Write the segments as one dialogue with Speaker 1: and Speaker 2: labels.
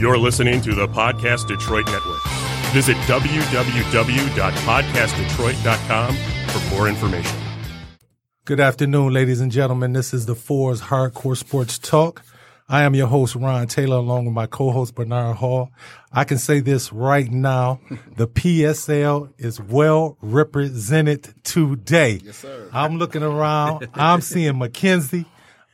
Speaker 1: You're listening to the Podcast Detroit Network. Visit www.podcastdetroit.com for more information.
Speaker 2: Good afternoon, ladies and gentlemen. This is the Fours Hardcore Sports Talk. I am your host, Ron Taylor, along with my co-host, Bernard Hall. I can say this right now. The PSL is well represented today. Yes, sir. I'm looking around. I'm seeing McKenzie.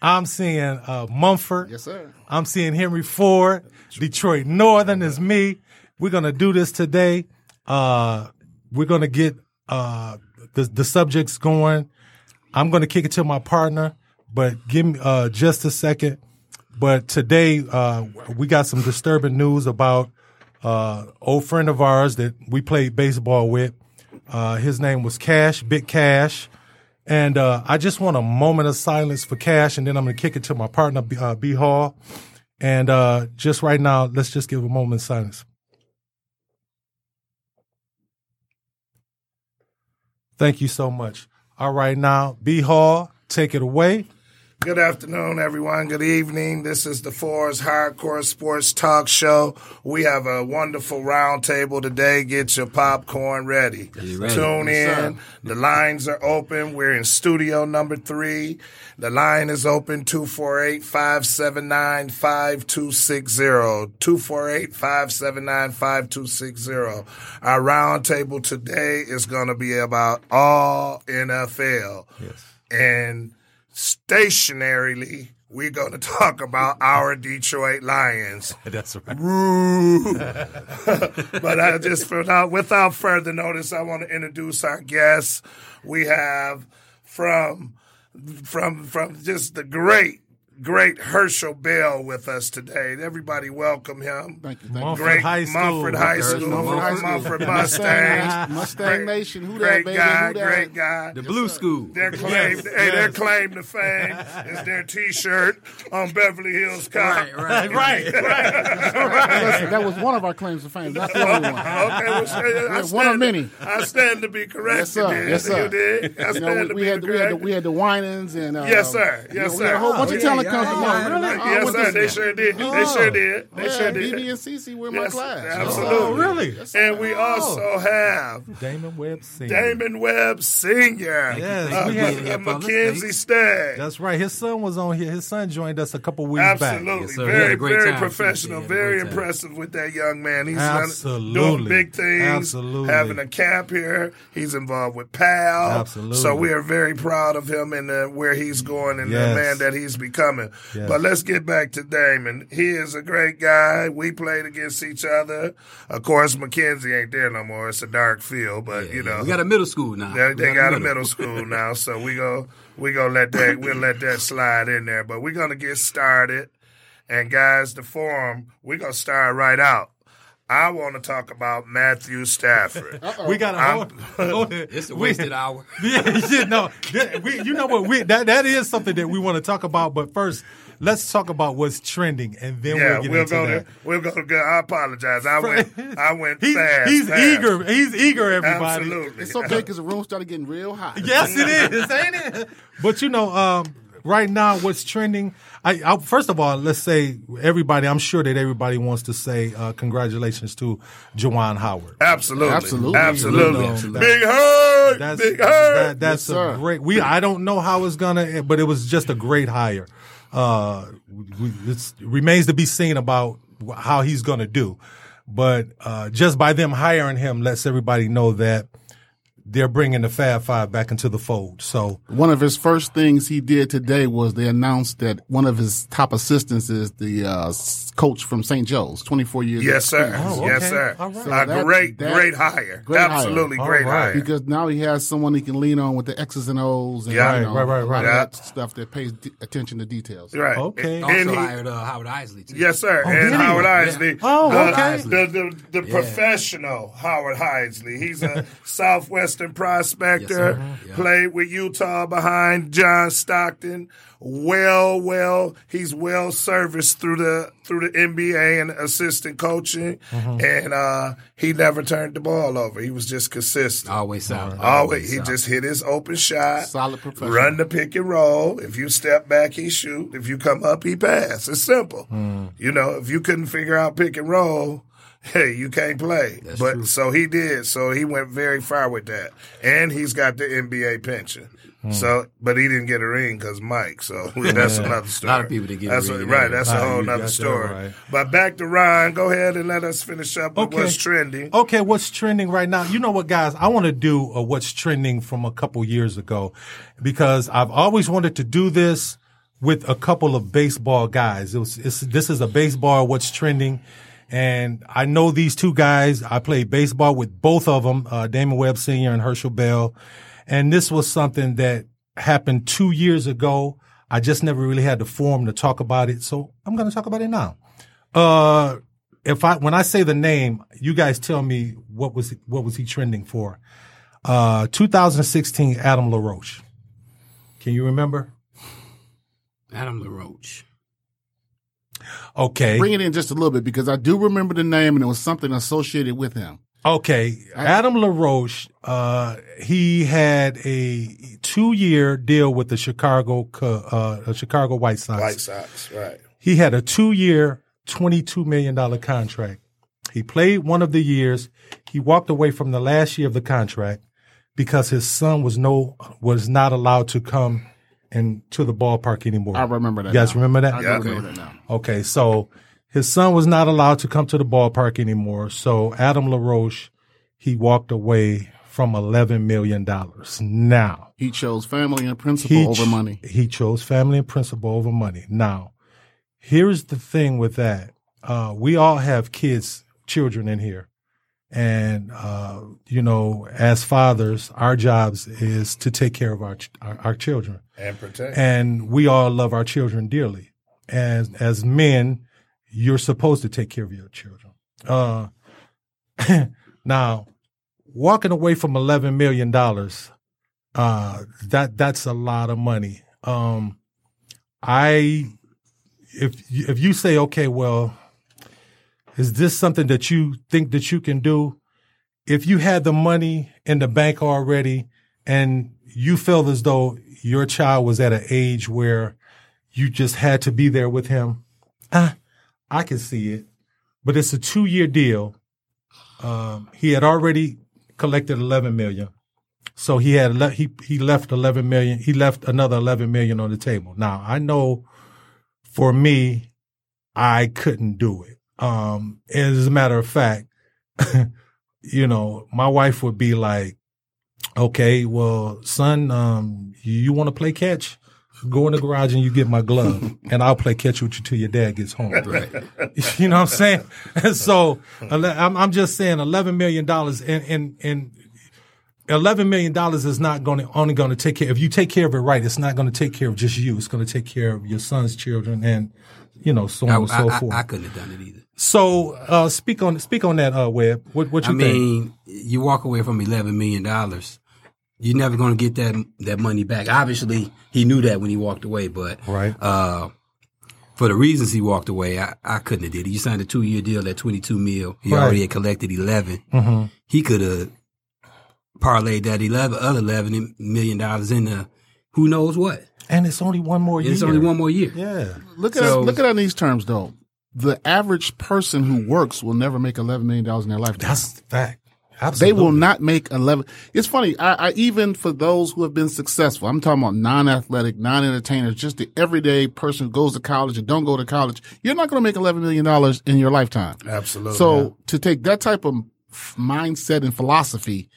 Speaker 2: I'm seeing uh, Mumford.
Speaker 3: Yes, sir.
Speaker 2: I'm seeing Henry Ford. Detroit Northern is me. We're gonna do this today. Uh, we're gonna get uh, the the subjects going. I'm gonna kick it to my partner, but give me uh, just a second. But today uh, we got some disturbing news about uh, old friend of ours that we played baseball with. Uh, his name was Cash, Big Cash. And uh, I just want a moment of silence for Cash, and then I'm going to kick it to my partner, B, uh, B Hall. And uh, just right now, let's just give a moment of silence. Thank you so much. All right, now, B Hall, take it away.
Speaker 3: Good afternoon, everyone. Good evening. This is the Fours Hardcore Sports Talk Show. We have a wonderful roundtable today. Get your popcorn ready. Tune in. The lines are open. We're in studio number three. The line is open 248 579 5260. 248 579 5260. Our roundtable today is going to be about all NFL. Yes. And stationarily, we're going to talk about our Detroit Lions.
Speaker 2: That's right.
Speaker 3: Roo. but I just without, without further notice, I want to introduce our guests. We have from from from just the great great Herschel Bell with us today. Everybody, welcome him.
Speaker 4: Thank you. Thank you.
Speaker 2: Mumford
Speaker 3: Great
Speaker 2: High School.
Speaker 3: Mumford High School,
Speaker 4: Mumford High School.
Speaker 3: Mumford
Speaker 4: Mustang,
Speaker 3: Mustangs.
Speaker 4: Mustang Nation, who that,
Speaker 3: Great
Speaker 4: baby?
Speaker 3: guy,
Speaker 4: Who that?
Speaker 3: great guy.
Speaker 5: The blue school.
Speaker 3: Their claim, hey, their claim to fame is their T-shirt on Beverly Hills Cop.
Speaker 5: Right, right,
Speaker 2: Right,
Speaker 4: Listen, that was one of our claims to fame, not the only one.
Speaker 3: Okay, well, say- Oh, I
Speaker 4: One of
Speaker 3: stand-
Speaker 4: many.
Speaker 3: I stand to be corrected.
Speaker 4: Yes, sir.
Speaker 3: then.
Speaker 4: Yes, sir.
Speaker 3: You did. I
Speaker 4: You
Speaker 3: stand
Speaker 4: know,
Speaker 3: to
Speaker 4: we, we
Speaker 3: be
Speaker 4: had the, we had the,
Speaker 3: corrected.
Speaker 4: we had the whinings and uh,
Speaker 3: Yes, sir.
Speaker 4: you know,
Speaker 3: Yes,
Speaker 4: We had
Speaker 3: sir.
Speaker 4: a whole bunch
Speaker 5: Oh,
Speaker 4: of
Speaker 5: yeah,
Speaker 4: talent
Speaker 5: yeah,
Speaker 4: comes
Speaker 5: yeah,
Speaker 4: along.
Speaker 5: yeah.
Speaker 4: Really?
Speaker 5: Really?
Speaker 4: I
Speaker 3: yes,
Speaker 4: went
Speaker 3: sir.
Speaker 4: this
Speaker 3: They
Speaker 4: one.
Speaker 3: sure did. They
Speaker 4: Oh.
Speaker 3: sure did. They
Speaker 4: yeah,
Speaker 3: sure
Speaker 4: BB
Speaker 3: did.
Speaker 4: and CC were in
Speaker 3: Yes,
Speaker 4: my class.
Speaker 3: absolutely.
Speaker 2: Oh, really?
Speaker 3: And we also have
Speaker 2: Damon Webb Sr.
Speaker 3: Damon Webb Sr.
Speaker 2: Yes,
Speaker 3: uh,
Speaker 2: we had-
Speaker 3: uh, Mackenzie Stagg.
Speaker 2: That's right. His son was on here. His son joined us a couple weeks back.
Speaker 3: Absolutely.
Speaker 5: Yes, sir. He had
Speaker 3: very,
Speaker 5: a great
Speaker 3: very
Speaker 5: time.
Speaker 3: professional.
Speaker 5: He had a
Speaker 3: Very
Speaker 5: great time.
Speaker 3: impressive with that young man. He's
Speaker 2: Absolutely.
Speaker 3: doing big things.
Speaker 2: Absolutely.
Speaker 3: Having a camp here. He's involved with PAL.
Speaker 2: Absolutely.
Speaker 3: So we are very proud of him and uh, where he's going and
Speaker 2: Yes.
Speaker 3: the man that he's becoming.
Speaker 2: Yes.
Speaker 3: But let's get back to Damon. He is a great guy. We played against each other. Of course, McKenzie ain't there no more. It's a dark field, but you know.
Speaker 5: We got a middle school now.
Speaker 3: They,
Speaker 5: We
Speaker 3: they got a middle school now, so we go we gonna let that we'll let that slide in there. But we're gonna get started. And guys, the forum, we're gonna start right out. I wanna talk about Matthew Stafford.
Speaker 2: We got a whole.
Speaker 5: It's a
Speaker 2: we-
Speaker 5: wasted hour.
Speaker 2: yeah, yeah, no, that- we, you know what? We, that that is something that we want to talk about. But first, let's talk about what's trending, and then
Speaker 3: yeah,
Speaker 2: we'll get
Speaker 3: we'll
Speaker 2: into
Speaker 3: go
Speaker 2: that.
Speaker 3: there. We'll go to I apologize. I went I went
Speaker 2: he's,
Speaker 3: fast.
Speaker 2: he's
Speaker 3: fast.
Speaker 2: eager. He's eager. Everybody.
Speaker 3: Absolutely.
Speaker 4: It's okay because the room started getting real hot.
Speaker 2: Yes, it is, ain't it? But you know, um, right now, what's trending? I, I first of all, let's say everybody. I'm sure that everybody wants to say uh, congratulations to Jawan Howard.
Speaker 3: Absolutely.
Speaker 4: Absolutely.
Speaker 3: Absolutely.
Speaker 2: You know,
Speaker 3: Big hurt.
Speaker 2: That's
Speaker 3: Big hurt.
Speaker 2: that, that's
Speaker 4: Yes, sir.
Speaker 2: a great. We I don't know how it's gonna, but it was just a great hire. Uh, we, it's, remains to be seen about wh- how he's gonna do, but uh, just by them hiring him lets everybody know that they're bringing the Fab Five back into the fold. So
Speaker 4: One of his first things he did today was they announced that one of his top assistants is the uh, s- coach from St. Joe's, 24 years
Speaker 3: Yes, sir.
Speaker 4: experience.
Speaker 2: Oh,
Speaker 3: Yes,
Speaker 2: okay.
Speaker 3: sir.
Speaker 2: All right.
Speaker 4: So
Speaker 3: a
Speaker 4: that-
Speaker 3: great,
Speaker 4: that-
Speaker 3: great hire.
Speaker 4: great hire.
Speaker 3: Absolutely great
Speaker 2: All right.
Speaker 3: hire.
Speaker 4: because now he has someone he can lean on with the X's and O's and
Speaker 3: Yeah.
Speaker 4: you know,
Speaker 2: Right, right, right,
Speaker 4: a lot of
Speaker 3: right.
Speaker 4: that stuff that pays d- attention to details.
Speaker 3: Right.
Speaker 2: Okay.
Speaker 3: And,
Speaker 5: Also
Speaker 3: and he,
Speaker 5: hired uh, Howard Isley too.
Speaker 3: yes, sir.
Speaker 2: did
Speaker 3: and
Speaker 2: he?
Speaker 3: Howard Isley.
Speaker 2: Oh,
Speaker 3: the,
Speaker 2: okay.
Speaker 3: The, the, the professional Howard Isley. He's a Southwest Western prospector.
Speaker 2: uh-huh.
Speaker 3: Played with Utah behind John Stockton. Well, well, he's well serviced through the through the NBA and assistant coaching,
Speaker 2: Uh-huh.
Speaker 3: and uh, he never turned the ball over. He was just consistent.
Speaker 5: Always out.
Speaker 3: Always, he just hit his open shot.
Speaker 4: Solid professional.
Speaker 3: Run the pick and roll. If you step back, he shoot. If you come up, he pass. It's simple. You know, if you couldn't figure out pick and roll, hey, you can't play. but so he did. So he went very far with that, and he's got the NBA pension. So, but he didn't get a ring because Mike. So that's another story.
Speaker 5: lot of people didn't get a
Speaker 3: that's
Speaker 5: ring,
Speaker 3: right.
Speaker 5: yeah.
Speaker 3: That's
Speaker 2: Lot
Speaker 3: a
Speaker 2: of
Speaker 3: whole
Speaker 2: people got
Speaker 3: nother
Speaker 2: that
Speaker 3: story.
Speaker 2: right.
Speaker 3: But back to Ryan. Go ahead and let us finish up with what's trending.
Speaker 2: Okay, what's trending right now? You know what, guys? I want to do a what's trending from a couple years ago because I've always wanted to do this with a couple of baseball guys. It was, it's, this is a baseball what's trending. And I know these two guys. I played baseball with both of them, uh, Damon Webb Sr. and Herschel Bell. And this was something that happened two years ago. I just never really had the forum to talk about it. So I'm going to talk about it now. Uh, if I when I say the name, you guys tell me what was what was he trending for? Uh, 2016, Adam LaRoche. Can you remember?
Speaker 5: Adam LaRoche.
Speaker 2: Okay,
Speaker 4: Bring it in just a little bit because I do remember the name and it was something associated with him.
Speaker 2: okay. Adam LaRoche. Uh, he had a two-year deal with the Chicago Co- uh, the Chicago White Sox.
Speaker 3: White Sox, right?
Speaker 2: He had a two year, $22 million contract. He played one of the years. He walked away from the last year of the contract because his son was no, was not allowed to come and to the ballpark anymore.
Speaker 4: I remember that.
Speaker 2: You guys
Speaker 4: now.
Speaker 2: remember that?
Speaker 4: I do
Speaker 3: okay.
Speaker 4: remember that now.
Speaker 2: Okay, so his son was not allowed to come to the ballpark anymore. So Adam LaRoche, he walked away from $11 million. Now,
Speaker 4: He chose family and principle over
Speaker 2: ch-
Speaker 4: money.
Speaker 2: He chose family and principle over money. Now, here's the thing with that. Uh, we all have kids, children in here. And, uh, you know, as fathers, our jobs is to take care of our, ch- our, our children.
Speaker 3: And protect.
Speaker 2: And we all love our children dearly. And as men, you're supposed to take care of your children. Uh, now, walking away from $11 million, uh, that, that's a lot of money. Um, I, if, you- if you say, okay, well, is this something that you think that you can do? If you had the money in the bank already and you felt as though your child was at an age where you just had to be there with him, ah, I can see it. But it's a two year deal. Um, he had already collected 11 million. So he had le- he he left 11 million. He left another 11 million on the table. Now, I know for me I couldn't do it. Um, as a matter of fact, you know, my wife would be like, okay, well, son, um, you want to play catch? Go in the garage and you get my glove, and I'll play catch with you till your dad gets home. Right. you know what I'm saying? And so ele- I'm, I'm just saying, eleven million dollars, and and and eleven million dollars is not going to only going to take care. If you take care of it right, it's not going to take care of just you. It's going to take care of your son's children, and you know, so on
Speaker 5: I,
Speaker 2: and so
Speaker 5: I,
Speaker 2: forth.
Speaker 5: I, I couldn't have done it either.
Speaker 2: So uh, speak on speak on that, uh, Webb. What what
Speaker 5: I
Speaker 2: you think?
Speaker 5: mean, you walk away from eleven million dollars. You're never going to get that that money back. Obviously, he knew that when he walked away, but
Speaker 2: Right.
Speaker 5: uh, for the reasons he walked away, I, I couldn't have did it. You signed a two year deal at twenty two mil. He
Speaker 2: Right. Mm-hmm.
Speaker 5: already had collected 11 He could have parlayed that eleven other eleven million dollars into who knows what.
Speaker 2: And it's only one more year.
Speaker 5: It's only one more year.
Speaker 2: Yeah.
Speaker 4: Look at
Speaker 5: So-
Speaker 4: look at it in these terms though. The average person who works will never make eleven million dollars in their lifetime.
Speaker 2: That's the fact.
Speaker 4: they
Speaker 2: Absolutely.
Speaker 4: will not make eleven. It's funny. I, I even for those who have been successful, I'm talking about non-athletic, non-entertainers, just the everyday person who goes to college or don't go to college. You're not going to make eleven million dollars in your lifetime.
Speaker 3: Absolutely.
Speaker 4: So to take that type of f- mindset and philosophy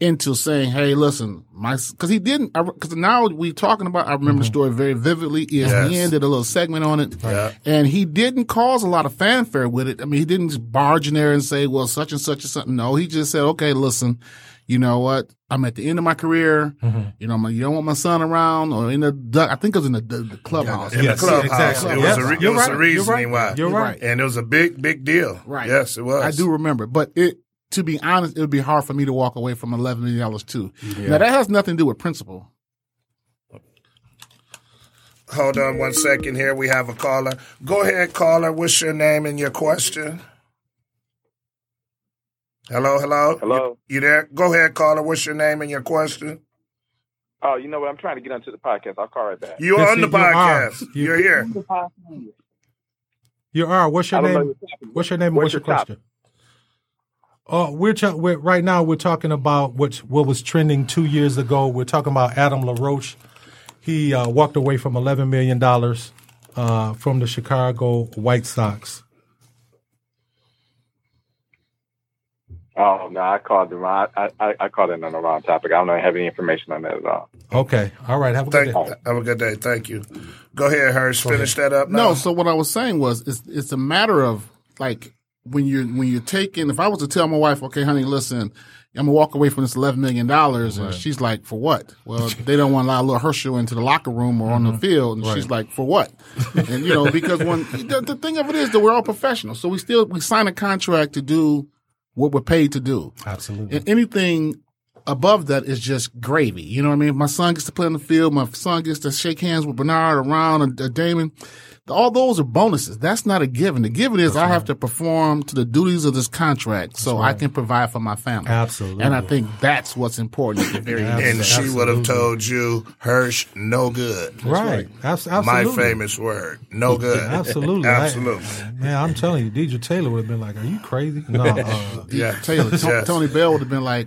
Speaker 4: into saying, "Hey, listen, my," because he didn't, because now we're talking about. I remember the story very vividly. E ESPN
Speaker 3: Mm-hmm. Yes.
Speaker 4: did a little segment on it, and he didn't cause a lot of fanfare with it. I mean, he didn't just barge in there and say, "Well, such and such and something." No, he just said, "Okay, listen." You know what? I'm at the end of my career.
Speaker 3: Mm-hmm.
Speaker 4: You know, my, you don't want my son around or in the. duck- I think it was in the, the, the clubhouse.
Speaker 3: in
Speaker 2: Yes,
Speaker 3: the clubhouse,
Speaker 2: exactly.
Speaker 3: it was
Speaker 2: Yes.
Speaker 3: a, re- it
Speaker 2: You're
Speaker 3: was
Speaker 2: right.
Speaker 3: a
Speaker 2: You're
Speaker 3: reasoning
Speaker 2: right.
Speaker 3: why.
Speaker 2: You're right.
Speaker 3: And it was a big, big deal.
Speaker 4: Right.
Speaker 3: Yes, it was.
Speaker 4: I do remember, but it to be honest, it would be hard for me to walk away from eleven million dollars too. Now that has nothing to do with principle.
Speaker 3: Hold on one second here. We have a caller. Go ahead, caller. What's your name and your question? Hello, hello.
Speaker 6: Hello.
Speaker 3: You, you there? Go ahead, caller. What's your name and your question?
Speaker 6: Oh, you know what? I'm trying to get onto the podcast. I'll call right back.
Speaker 3: You're
Speaker 2: Yes,
Speaker 3: on the
Speaker 2: you are.
Speaker 3: podcast.
Speaker 2: You-
Speaker 3: You're here.
Speaker 2: You are. What's your
Speaker 6: I don't know
Speaker 2: name?
Speaker 6: your topic.
Speaker 2: What's your name? and What's
Speaker 6: What's
Speaker 2: your
Speaker 6: your topic?
Speaker 2: question? Uh, we're, tra- we're right now. We're talking about what what was trending two years ago. We're talking about Adam LaRoche. He uh, walked away from eleven million dollars uh, from the Chicago White Sox.
Speaker 6: Oh no, I called the wrong. I, I I called in on the wrong topic. I don't know, have any information on that at all.
Speaker 2: Okay. All right. Have a good
Speaker 3: Thank,
Speaker 2: day.
Speaker 3: have a good day. Thank you. Go ahead, Hirsch. Finish that up.
Speaker 4: No,
Speaker 3: now.
Speaker 4: so what I was saying was it's it's a matter of like when you're when you're taking if I was to tell my wife, okay, honey, listen, I'm gonna walk away from this eleven million dollars and she's like, For what? Well, they don't want to allow little Herschel into the locker room or on the field and she's like, For what? and you know, because when the, the thing of it is that we're all professionals. So we still we sign a contract to do what we're paid to do.
Speaker 2: Absolutely.
Speaker 4: And anything above that is just gravy. You know what I mean? If my son gets to play on the field, my son gets to shake hands with Bernard or Ron or, or Damon. All those are bonuses. That's not a given. The given is I have to perform to the duties of this contract so I can provide for my family.
Speaker 2: Absolutely.
Speaker 4: And I think that's what's important at the very end.
Speaker 3: and she would have told you, Hirsch, no good.
Speaker 2: Right. Abs-
Speaker 3: My
Speaker 2: absolutely.
Speaker 3: famous word, no good.
Speaker 2: Absolutely.
Speaker 3: Absolutely.
Speaker 2: I- man, I'm telling you, Deidre Taylor would have been like, "Are you crazy?" No. Uh,
Speaker 3: Yeah.
Speaker 4: Taylor, Ton-
Speaker 3: Yes.
Speaker 4: Tony Bell would have been like,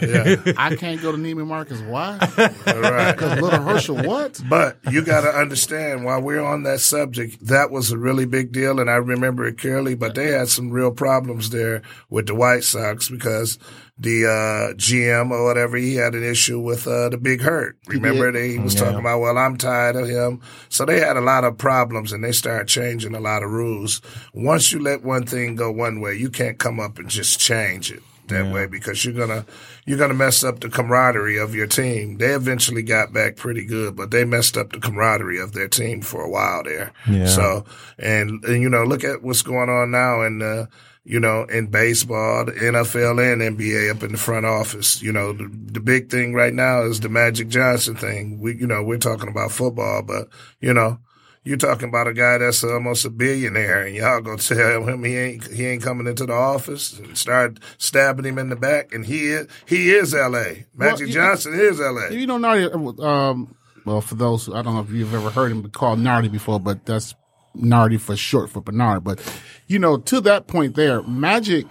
Speaker 3: Yeah.
Speaker 4: I can't go to Neiman Marcus. Why?
Speaker 3: All right.
Speaker 4: Little Herschel, what?
Speaker 3: But you got to understand, while we're on that subject, that was a really big deal, and I remember it clearly. But they had some real problems there with the White Sox because the uh, GM or whatever he had an issue with uh, the Big Hurt. Remember, they, he was talking about, "Well, I'm tired of him." So they had a lot of problems, and they started changing a lot of rules. Once you let one thing go one way, you can't come up and just change it that way because you're gonna you're gonna mess up the camaraderie of your team. They eventually got back pretty good, but they messed up the camaraderie of their team for a while there.
Speaker 2: Yeah.
Speaker 3: So and, and you know, look at what's going on now in uh you know, in baseball, the NFL and NBA up in the front office. You know, the, the big thing right now is the Magic Johnson thing. We, you know, we're talking about football, but you know, you're talking about a guy that's almost a billionaire, and y'all gonna tell him he ain't he ain't coming into the office and start stabbing him in the back. And he is he is L.A. Magic
Speaker 4: you-
Speaker 3: Johnson is L.A.
Speaker 4: If you know Nardi, um, well, for those I don't know if you've ever heard him called Nardi before, but that's Nardi for short for Bernard. But you know, to that point, there, Magic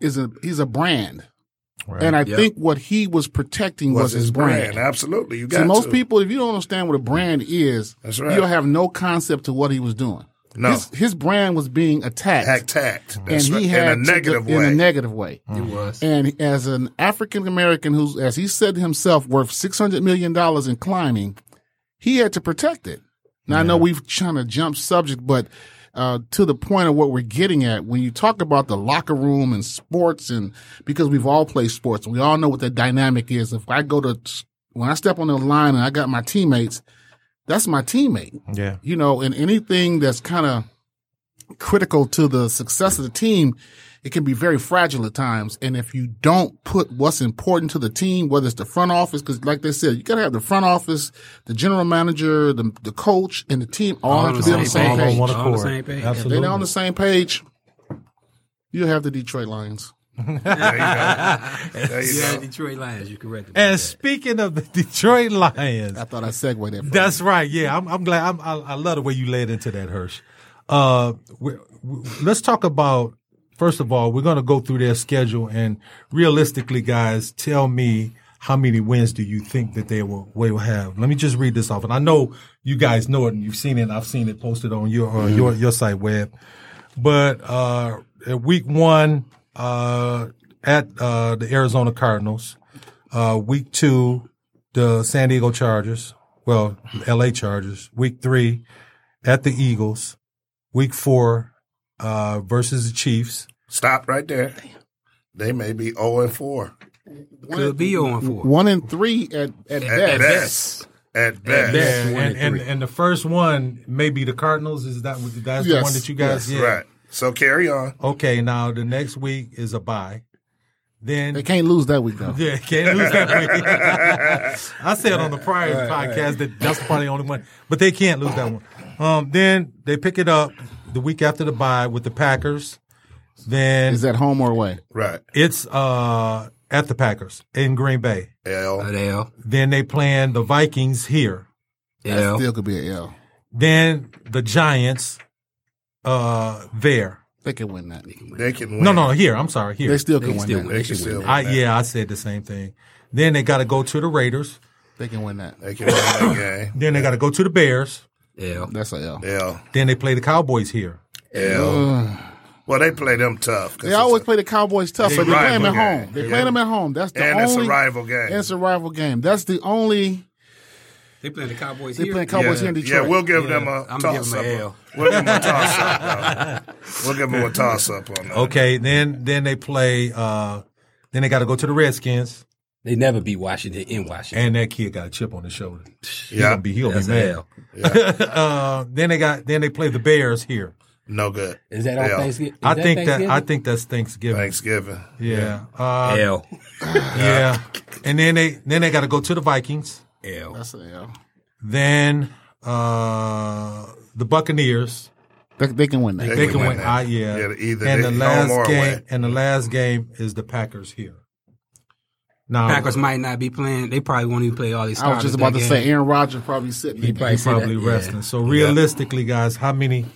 Speaker 4: is a he's a brand, and I think what he was protecting was, his brand.
Speaker 3: Absolutely, you got
Speaker 4: See, most
Speaker 3: to.
Speaker 4: people, if you don't understand what a brand is,
Speaker 3: That's right.
Speaker 4: you'll have no concept of what he was doing.
Speaker 3: No.
Speaker 4: his, his brand was being attacked,
Speaker 3: act tact.
Speaker 4: and
Speaker 3: That's
Speaker 4: he
Speaker 3: right.
Speaker 4: had
Speaker 3: in a
Speaker 4: to-
Speaker 3: negative
Speaker 4: in
Speaker 3: way.
Speaker 4: a negative way.
Speaker 5: It was.
Speaker 4: And as an African American who's, as he said himself, worth six hundred million dollars and climbing, he had to protect it. Now I know we've trying to jump subject, but uh, to the point of what we're getting at, when you talk about the locker room and sports, and because we've all played sports, we all know what that dynamic is. If I go to when I step on the line and I got my teammates, that's my teammate
Speaker 2: yeah.
Speaker 4: you know, and anything that's kind of critical to the success of the team, it can be very fragile at times. And if you don't put what's important to the team, whether it's the front office, because like they said, you got to have the front office, the general manager, the, the coach, and the team all, have to be on the same
Speaker 2: all on
Speaker 4: page.
Speaker 2: one
Speaker 5: All on the
Speaker 2: accord.
Speaker 5: same page.
Speaker 4: If
Speaker 2: Absolutely.
Speaker 4: they're not on the same page, you have the Detroit Lions.
Speaker 3: There you go. There you
Speaker 5: yeah,
Speaker 3: go.
Speaker 5: Detroit Lions. You're correct. about
Speaker 2: and
Speaker 5: that.
Speaker 2: speaking of the Detroit Lions,
Speaker 4: I thought I segued that.
Speaker 2: That's right. Yeah, I'm, I'm glad. I'm, I, I love the way you led into that, Hirsch. Uh, we, we, let's talk about first of all. We're going to go through their schedule and realistically, guys, tell me how many wins do you think that they will they will have? Let me just read this off, and I know you guys know it and you've seen it. I've seen it posted on your uh, your your site web, but uh, at week one uh, at uh, the Arizona Cardinals, uh, week two the San Diego Chargers, well, LA Chargers. Week three at the Eagles. Week four uh, versus the Chiefs.
Speaker 3: Stop right there. They may be zero and four
Speaker 5: could be on for
Speaker 4: One and three at, at,
Speaker 3: at
Speaker 4: best.
Speaker 3: best. At best.
Speaker 5: best.
Speaker 2: And
Speaker 5: One
Speaker 2: and,
Speaker 5: and
Speaker 2: and
Speaker 5: three.
Speaker 2: the first one may be the Cardinals. Is that what- that's the
Speaker 4: Yes,
Speaker 2: one that you guys?
Speaker 4: yes.
Speaker 2: yeah.
Speaker 3: Right. So carry on.
Speaker 2: Okay. Now the next week is a bye. then
Speaker 4: They can't lose that week though.
Speaker 2: Yeah, can't lose that week. I said on the prior podcast that that's probably the only one, but they can't lose that one. Um, then they pick it up the week after the bye with the Packers. Then
Speaker 4: Is that home or away?
Speaker 3: Right.
Speaker 2: it's uh, at the Packers in Green Bay.
Speaker 3: L.
Speaker 5: L.
Speaker 2: Then they plan the Vikings here.
Speaker 5: L.
Speaker 4: Still could be an L.
Speaker 2: Then the Giants uh, there.
Speaker 4: They can win that.
Speaker 3: They can win.
Speaker 2: No, no, here. I'm sorry. Here.
Speaker 4: They still can
Speaker 5: They
Speaker 4: win
Speaker 5: still
Speaker 4: that.
Speaker 5: win.
Speaker 3: They can still win.
Speaker 2: I, yeah, I said the same thing. Then they got to go to the Raiders.
Speaker 4: They can win that.
Speaker 3: They can win that game.
Speaker 2: Then they got to go to the Bears.
Speaker 5: L.
Speaker 4: That's an L.
Speaker 3: L.
Speaker 2: Then they play the Cowboys here.
Speaker 3: L. Well, they play them tough. 'cause
Speaker 4: They always
Speaker 3: it's
Speaker 4: play the Cowboys tough, but they play
Speaker 3: rival
Speaker 4: them at
Speaker 3: game.
Speaker 4: home. They play them at home. That's the
Speaker 3: a, and
Speaker 4: only.
Speaker 3: it's a rival game.
Speaker 4: and it's a rival game. That's the only.
Speaker 5: They playing the Cowboys
Speaker 4: They
Speaker 5: here.
Speaker 4: playing Cowboys here in Detroit.
Speaker 3: Yeah, we'll give
Speaker 5: Yeah,
Speaker 3: them a
Speaker 5: I'm giving
Speaker 3: toss
Speaker 5: them
Speaker 3: up.
Speaker 5: a L.
Speaker 3: We'll give them a toss up. though. We'll give them a toss up on that.
Speaker 2: Okay, then then they play. uh Then they got to go to the Redskins,
Speaker 5: They never beat Washington in Washington.
Speaker 2: and that kid got a chip on his shoulder. He
Speaker 3: Yeah.
Speaker 2: gonna be he'll be
Speaker 5: That's a
Speaker 2: mad.
Speaker 5: L.
Speaker 2: uh, then they got then they play the Bears here.
Speaker 3: No good.
Speaker 5: Is that on
Speaker 3: L.
Speaker 5: Thanksgiving? Is
Speaker 2: I think that, I
Speaker 5: Thanksgiving?
Speaker 2: think that's Thanksgiving.
Speaker 3: Thanksgiving.
Speaker 2: Yeah, Uh,
Speaker 5: L.
Speaker 2: yeah. And then they then they got to go to the Vikings.
Speaker 5: L.
Speaker 4: That's an L.
Speaker 2: Then uh the Buccaneers.
Speaker 4: They, they can win that.
Speaker 2: They can win.
Speaker 3: that.
Speaker 2: I, yeah.
Speaker 3: Yeah, either
Speaker 2: and the
Speaker 3: they- home
Speaker 2: last
Speaker 3: or
Speaker 2: game
Speaker 3: away.
Speaker 2: and the last game is the Packers here. Now
Speaker 5: Packers might not be playing. They probably won't even play all these.
Speaker 4: I was
Speaker 5: starters
Speaker 4: just about
Speaker 5: that
Speaker 4: to
Speaker 5: game.
Speaker 4: say Aaron Rodgers probably sitting.
Speaker 5: He
Speaker 4: there.
Speaker 5: probably,
Speaker 2: he's probably
Speaker 5: said that, yeah.
Speaker 2: resting. So realistically, guys, how many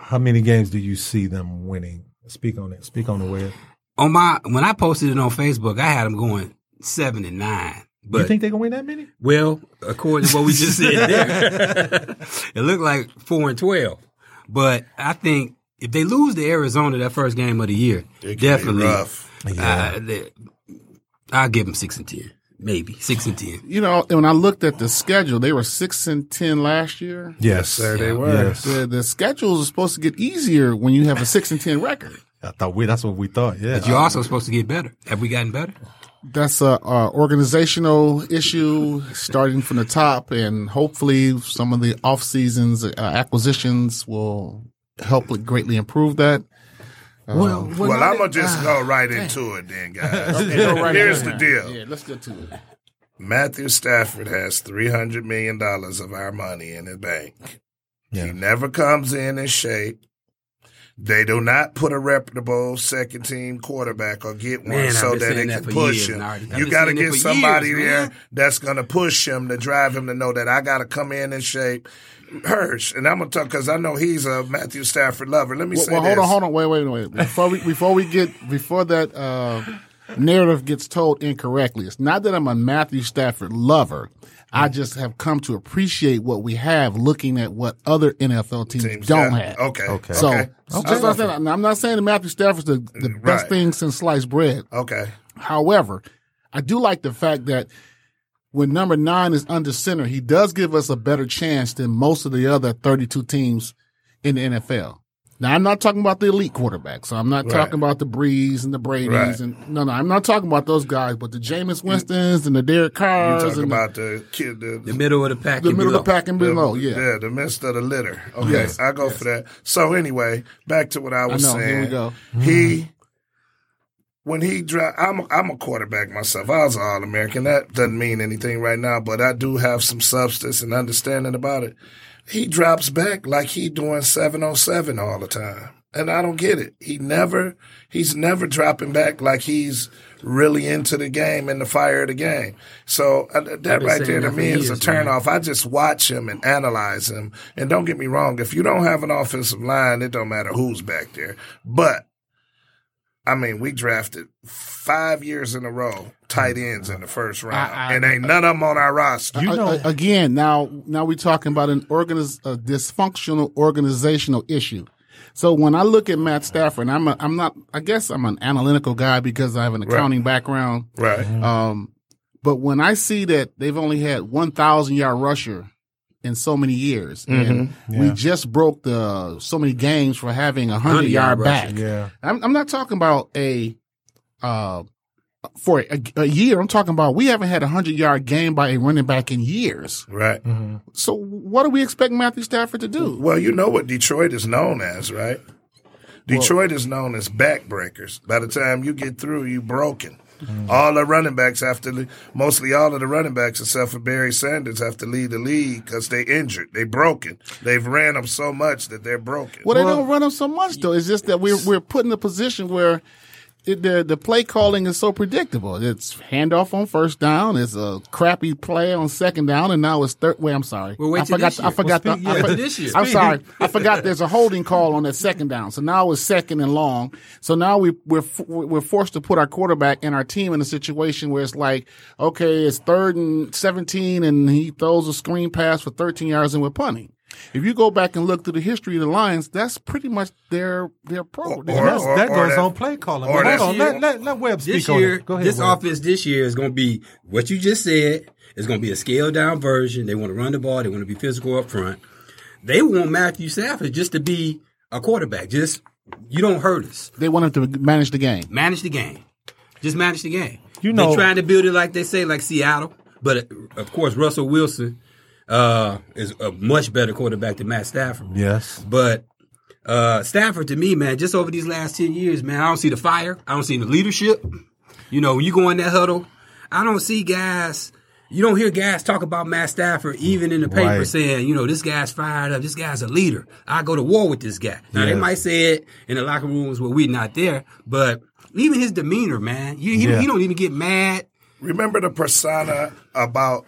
Speaker 2: how many games do you see them winning? Speak on it. Speak on the web.
Speaker 5: On my when I posted it on Facebook, I had them going seven and nine. But
Speaker 2: you think they can win that many?
Speaker 5: Well, according to what we just said there, it looked like four and twelve. But I think if they lose to Arizona that first game of the year,
Speaker 3: It can be
Speaker 5: definitely,
Speaker 3: rough.
Speaker 5: uh, they- I'll give them six and ten, maybe six and ten.
Speaker 4: You know, and when I looked at the schedule, they were six and ten last year.
Speaker 2: Yes,
Speaker 3: There they were.
Speaker 2: Yes.
Speaker 4: The, the schedules are supposed to get easier when you have a six and ten record.
Speaker 2: I thought we. That's what we thought. Yeah.
Speaker 5: But you're also supposed to get better. Have we gotten better?
Speaker 4: That's a, a organizational issue, starting from the top, and hopefully some of the off seasons uh, acquisitions will help greatly improve that.
Speaker 5: well,
Speaker 3: Well, I'm going to just go right into it then, guys. Here's the deal.
Speaker 4: Yeah, let's get to it.
Speaker 3: Matthew Stafford has $300 million of our money in the bank. He never comes in in shape. They do not put a reputable second team quarterback or get one
Speaker 5: Man, I've
Speaker 3: so
Speaker 5: been
Speaker 3: that
Speaker 5: saying
Speaker 3: they
Speaker 5: that
Speaker 3: can
Speaker 5: for
Speaker 3: push
Speaker 5: years,
Speaker 3: him.
Speaker 5: Nardi. I've
Speaker 3: You
Speaker 5: been
Speaker 3: got to
Speaker 5: saying it
Speaker 3: get
Speaker 5: for
Speaker 3: somebody
Speaker 5: years,
Speaker 3: there
Speaker 5: man.
Speaker 3: that's going to push him to drive him to know that I got to come in in shape. Hirsch, and I'm going to talk because I know he's a Matthew Stafford lover. Let me
Speaker 4: Well,
Speaker 3: say
Speaker 4: well,
Speaker 3: this.
Speaker 4: hold on, hold on, wait, wait, wait. Before we before we get before that uh, narrative gets told incorrectly, it's not that I'm a Matthew Stafford lover. I just have come to appreciate what we have, looking at what other NFL teams,
Speaker 3: Teams
Speaker 4: don't
Speaker 3: got-
Speaker 4: have.
Speaker 3: Okay. Okay.
Speaker 4: So
Speaker 3: okay.
Speaker 4: that's what I'm, saying. Now, I'm not saying that Matthew Stafford's the, the best
Speaker 3: Right.
Speaker 4: thing since sliced bread.
Speaker 3: Okay.
Speaker 4: However, I do like the fact that when number nine is under center, he does give us a better chance than most of the other 32 teams in the NFL. Now, I'm not talking about the elite quarterbacks. So I'm not talking about the Brees and the Brady's
Speaker 3: Right.
Speaker 4: and no, no, I'm not talking about those guys, but the Jameis Winstons and the Derek Carrs
Speaker 3: Talking
Speaker 4: and the,
Speaker 3: about the kid, the,
Speaker 5: the middle of the pack.
Speaker 4: the
Speaker 5: and
Speaker 4: middle of the
Speaker 5: below.
Speaker 4: pack and below. Oh, Yeah.
Speaker 3: Yeah, the midst of the litter. Okay,
Speaker 4: Yes,
Speaker 3: I go for that. So anyway, back to what I was
Speaker 4: know, here
Speaker 3: saying.
Speaker 4: we go.
Speaker 3: He when he drive, I'm I'm a quarterback myself. I was an All American. That doesn't mean anything right now, but I do have some substance and understanding about it. He drops back like he doing seven oh seven all the time, and I don't get it. He never he's never dropping back like he's really into the game and the fire of the game. So uh, that
Speaker 5: been
Speaker 3: right there
Speaker 5: saying
Speaker 3: to
Speaker 5: that for
Speaker 3: me is a
Speaker 5: years,
Speaker 3: turn
Speaker 5: man.
Speaker 3: off. I just watch him and analyze him. And don't get me wrong, if you don't have an offensive line, it don't matter who's back there. But I mean, we drafted five years in a row tight ends in the first round,
Speaker 4: I- I-
Speaker 3: and ain't none of them on our roster.
Speaker 2: you
Speaker 4: A-
Speaker 2: know.
Speaker 4: a- again, now now we're talking about an organiz- a dysfunctional organizational issue. So when I look at Matt Stafford, and I'm a, I'm not I guess I'm an analytical guy because I have an accounting background.
Speaker 3: right.
Speaker 4: Um, but when I see that they've only had 1,000 yard rusher in so many years, and
Speaker 2: Mm-hmm.
Speaker 4: we just broke the so many games for having a 100 yard,
Speaker 5: 100-yard rusher,
Speaker 4: back.
Speaker 2: yeah.
Speaker 4: I'm, I'm not talking about a uh, for a, a year. I'm talking about we haven't had a 100 yard game by a running back in years.
Speaker 3: Right.
Speaker 4: So what do we expect Matthew Stafford to do?
Speaker 3: Well, you know what Detroit is known as, right? Detroit is known as backbreakers. By the time you get through, you broken. All the running backs have to, le- mostly all of the running backs except for Barry Sanders have to lead the league because they injured, they broken. They've ran them so much that they're broken.
Speaker 4: Well, they don't run them so much though. It's just that we're we're put in a position where it, the the play calling is so predictable. It's handoff on first down. It's a crappy play on second down, and now it's third. Wait, I'm sorry.
Speaker 5: Well, wait
Speaker 4: I
Speaker 5: till
Speaker 4: forgot.
Speaker 5: this
Speaker 4: I
Speaker 5: year.
Speaker 4: forgot.
Speaker 2: Well,
Speaker 4: the,
Speaker 2: speak-
Speaker 4: I
Speaker 2: yeah,
Speaker 4: for-
Speaker 5: this year.
Speaker 4: I'm sorry. I forgot. There's a holding call on that second down. So now it's second and long. So now we we're f- we're forced to put our quarterback and our team in a situation where it's like, okay, it's third and seventeen, and he throws a screen pass for thirteen yards, and we're punting. If you go back and look through the history of the Lions, that's pretty much their their pro. their
Speaker 3: or-
Speaker 2: That's-
Speaker 3: or-
Speaker 2: that
Speaker 3: or
Speaker 2: goes
Speaker 3: that-
Speaker 2: on play calling.
Speaker 3: or
Speaker 2: But
Speaker 3: that-
Speaker 2: Hold on, let, let, let Webb speak
Speaker 5: This
Speaker 2: on
Speaker 5: year,
Speaker 2: it. Go ahead.
Speaker 5: this
Speaker 2: Webb.
Speaker 5: offense this year is going to be what you just said. It's going to be a scaled down version. They want to run the ball. They want to be physical up front. They want Matthew Stafford just to be a quarterback. Just you don't hurt us.
Speaker 4: They want him to manage the game.
Speaker 5: Manage the game. Just manage the game.
Speaker 2: You know-
Speaker 5: they're trying to build it like they say, like Seattle. But uh, of course, Russell Wilson uh, is a much better quarterback than Matt Stafford.
Speaker 2: Yes.
Speaker 5: But uh, Stafford, to me, man, just over these last 10 years, man, I don't see the fire. I don't see the leadership. You know, when you go in that huddle, I don't see guys, you don't hear guys talk about Matt Stafford, even in the paper,
Speaker 2: Right.
Speaker 5: saying, you know, this guy's fired up. This guy's a leader. I go to war with this guy. Now, they
Speaker 2: Yeah.
Speaker 5: might say it in the locker rooms where we're not there, but even his demeanor, man, you, he,
Speaker 2: Yeah.
Speaker 5: he don't even get mad.
Speaker 3: Remember the persona about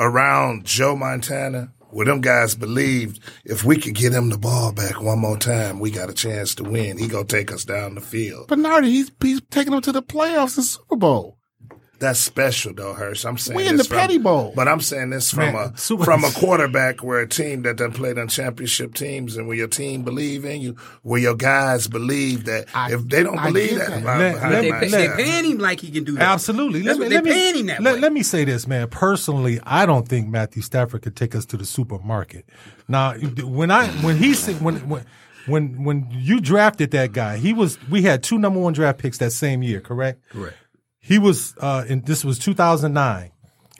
Speaker 3: around Joe Montana? Where them guys believed if we could get him the ball back one more time, we got a chance to win. He gonna take us down the field.
Speaker 4: Bernardi, he's he's taking them to the playoffs and Super Bowl.
Speaker 3: That's special though, Hirsch. I'm saying
Speaker 4: We in
Speaker 3: this
Speaker 4: the
Speaker 3: from-
Speaker 4: Petty Bowl.
Speaker 3: but I'm saying this from
Speaker 2: Man,
Speaker 3: a
Speaker 2: super-
Speaker 3: from a quarterback where a team that done played on championship teams and where your team believe in you, where your guys believe that
Speaker 4: I-
Speaker 3: if they don't
Speaker 4: I
Speaker 3: believe
Speaker 4: get
Speaker 3: that,
Speaker 4: that.
Speaker 3: about
Speaker 2: Let-
Speaker 3: behind
Speaker 2: let-
Speaker 5: They,
Speaker 3: my
Speaker 5: pay,
Speaker 2: let-
Speaker 5: they
Speaker 3: back.
Speaker 5: paying him like he can do that.
Speaker 2: Absolutely.
Speaker 5: That's
Speaker 2: let,
Speaker 5: what
Speaker 2: me,
Speaker 5: they're
Speaker 2: let, me,
Speaker 5: paying him that
Speaker 2: let,
Speaker 5: way.
Speaker 2: let me say this, man. Personally, I don't think Matthew Stafford could take us to the supermarket. Now, when I when he said when when when when you drafted that guy, he was we had two number one draft picks that same year, correct?
Speaker 5: Correct.
Speaker 2: He was uh and this was 2009.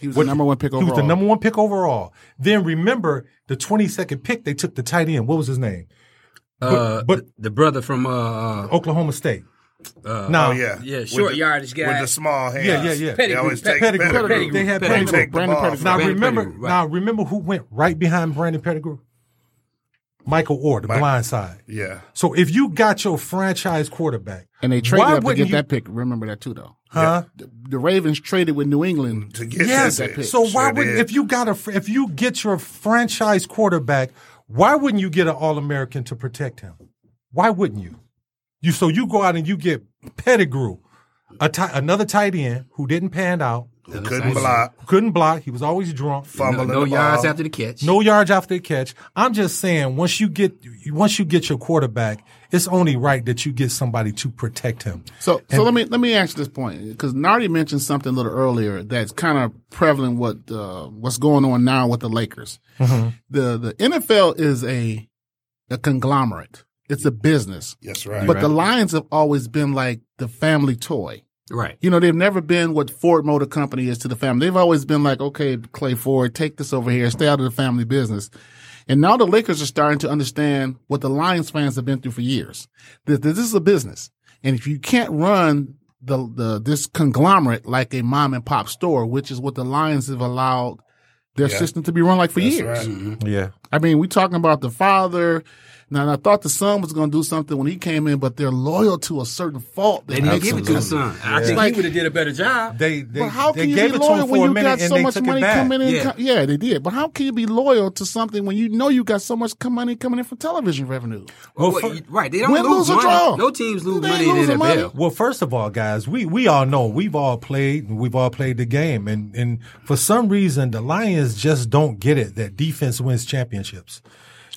Speaker 4: He was the number one pick overall.
Speaker 2: He was the number one pick overall. Then remember the 22nd pick they took the tight end. What was his name?
Speaker 5: Uh,
Speaker 2: but-
Speaker 5: the brother from uh, uh,
Speaker 2: Oklahoma State. now,
Speaker 3: Oh yeah,
Speaker 5: yeah,
Speaker 3: With
Speaker 5: short
Speaker 3: the-
Speaker 5: yardage guy.
Speaker 3: with the small hands.
Speaker 2: Yeah, yeah, yeah.
Speaker 3: They always take
Speaker 2: Pettigrew.
Speaker 3: Pettigrew.
Speaker 2: Pettigrew. They had
Speaker 3: They
Speaker 2: Pettigrew.
Speaker 3: take the
Speaker 4: Brandon
Speaker 3: ball.
Speaker 4: Pettigrew.
Speaker 2: Now
Speaker 5: Brandon
Speaker 2: remember,
Speaker 5: Pettigrew, right.
Speaker 2: now remember who went right behind Brandon Pettigrew? Michael Orr, the blind side.
Speaker 3: Yeah.
Speaker 2: So if you got your franchise quarterback,
Speaker 4: and they traded
Speaker 2: why
Speaker 4: up to
Speaker 2: wouldn't
Speaker 4: get
Speaker 2: you-
Speaker 4: that pick. Remember that too, though.
Speaker 2: huh?
Speaker 4: The Ravens traded with New England.
Speaker 3: To get
Speaker 2: Yes.
Speaker 3: that pick.
Speaker 2: So why
Speaker 3: Sure
Speaker 2: would
Speaker 3: did.
Speaker 2: if you got a fr- if you get your franchise quarterback, why wouldn't you get an All American to protect him? Why wouldn't you? You so you go out and you get Pettigrew, a ti- another tight end who didn't pan out,
Speaker 3: couldn't block,
Speaker 2: couldn't block, he was always drunk,
Speaker 5: no,
Speaker 3: fumbling
Speaker 5: no
Speaker 3: the
Speaker 5: yards
Speaker 3: ball.
Speaker 5: after the catch.
Speaker 2: no yards after the catch. I'm just saying once you get once you get your quarterback, it's only right that you get somebody to protect him.
Speaker 4: So, so let me let me ask this point because Nardi mentioned something a little earlier that's kind of prevalent what uh, what's going on now with the Lakers. The the NFL is a a conglomerate. It's a business,
Speaker 3: Yes, right.
Speaker 4: but the Lions have always been like the family toy.
Speaker 5: Right.
Speaker 4: You know, they've never been what Ford Motor Company is to the family. They've always been like, okay, Clay Ford, take this over here, stay out of the family business. And now the Lakers are starting to understand what the Lions fans have been through for years. This, this is a business. And if you can't run the, the, this conglomerate like a mom and pop store, which is what the Lions have allowed their system to be run like for years.
Speaker 2: Yeah.
Speaker 4: I mean, we talking about the father. Now, I thought the son was going to do something when he came in, but they're loyal to a certain fault.
Speaker 5: They didn't give it to the son. I think
Speaker 4: Like-
Speaker 5: he would have did a better job.
Speaker 2: They they,
Speaker 4: but how
Speaker 2: they
Speaker 4: can you
Speaker 2: gave
Speaker 4: be
Speaker 2: it to
Speaker 4: loyal
Speaker 2: him
Speaker 4: when
Speaker 2: for a
Speaker 4: you
Speaker 2: minute
Speaker 4: got
Speaker 2: and
Speaker 4: so
Speaker 2: they
Speaker 4: much
Speaker 2: took it
Speaker 4: money
Speaker 2: back.
Speaker 4: coming in?
Speaker 5: Yeah.
Speaker 4: co- Yeah. they did. But how can you be loyal to something when you know you got so much co- money coming in from television revenue?
Speaker 2: Well,
Speaker 5: Well,
Speaker 2: fir-
Speaker 5: you- right. They don't
Speaker 4: Win, lose,
Speaker 5: lose
Speaker 4: or
Speaker 5: money.
Speaker 4: draw.
Speaker 5: No teams lose
Speaker 4: They ain't
Speaker 5: money in
Speaker 4: losing
Speaker 5: NFL.
Speaker 4: money.
Speaker 2: Well, first of all, guys, we we all know we've all played and we've all played the game, and and for some reason the Lions just don't get it that defense wins championships.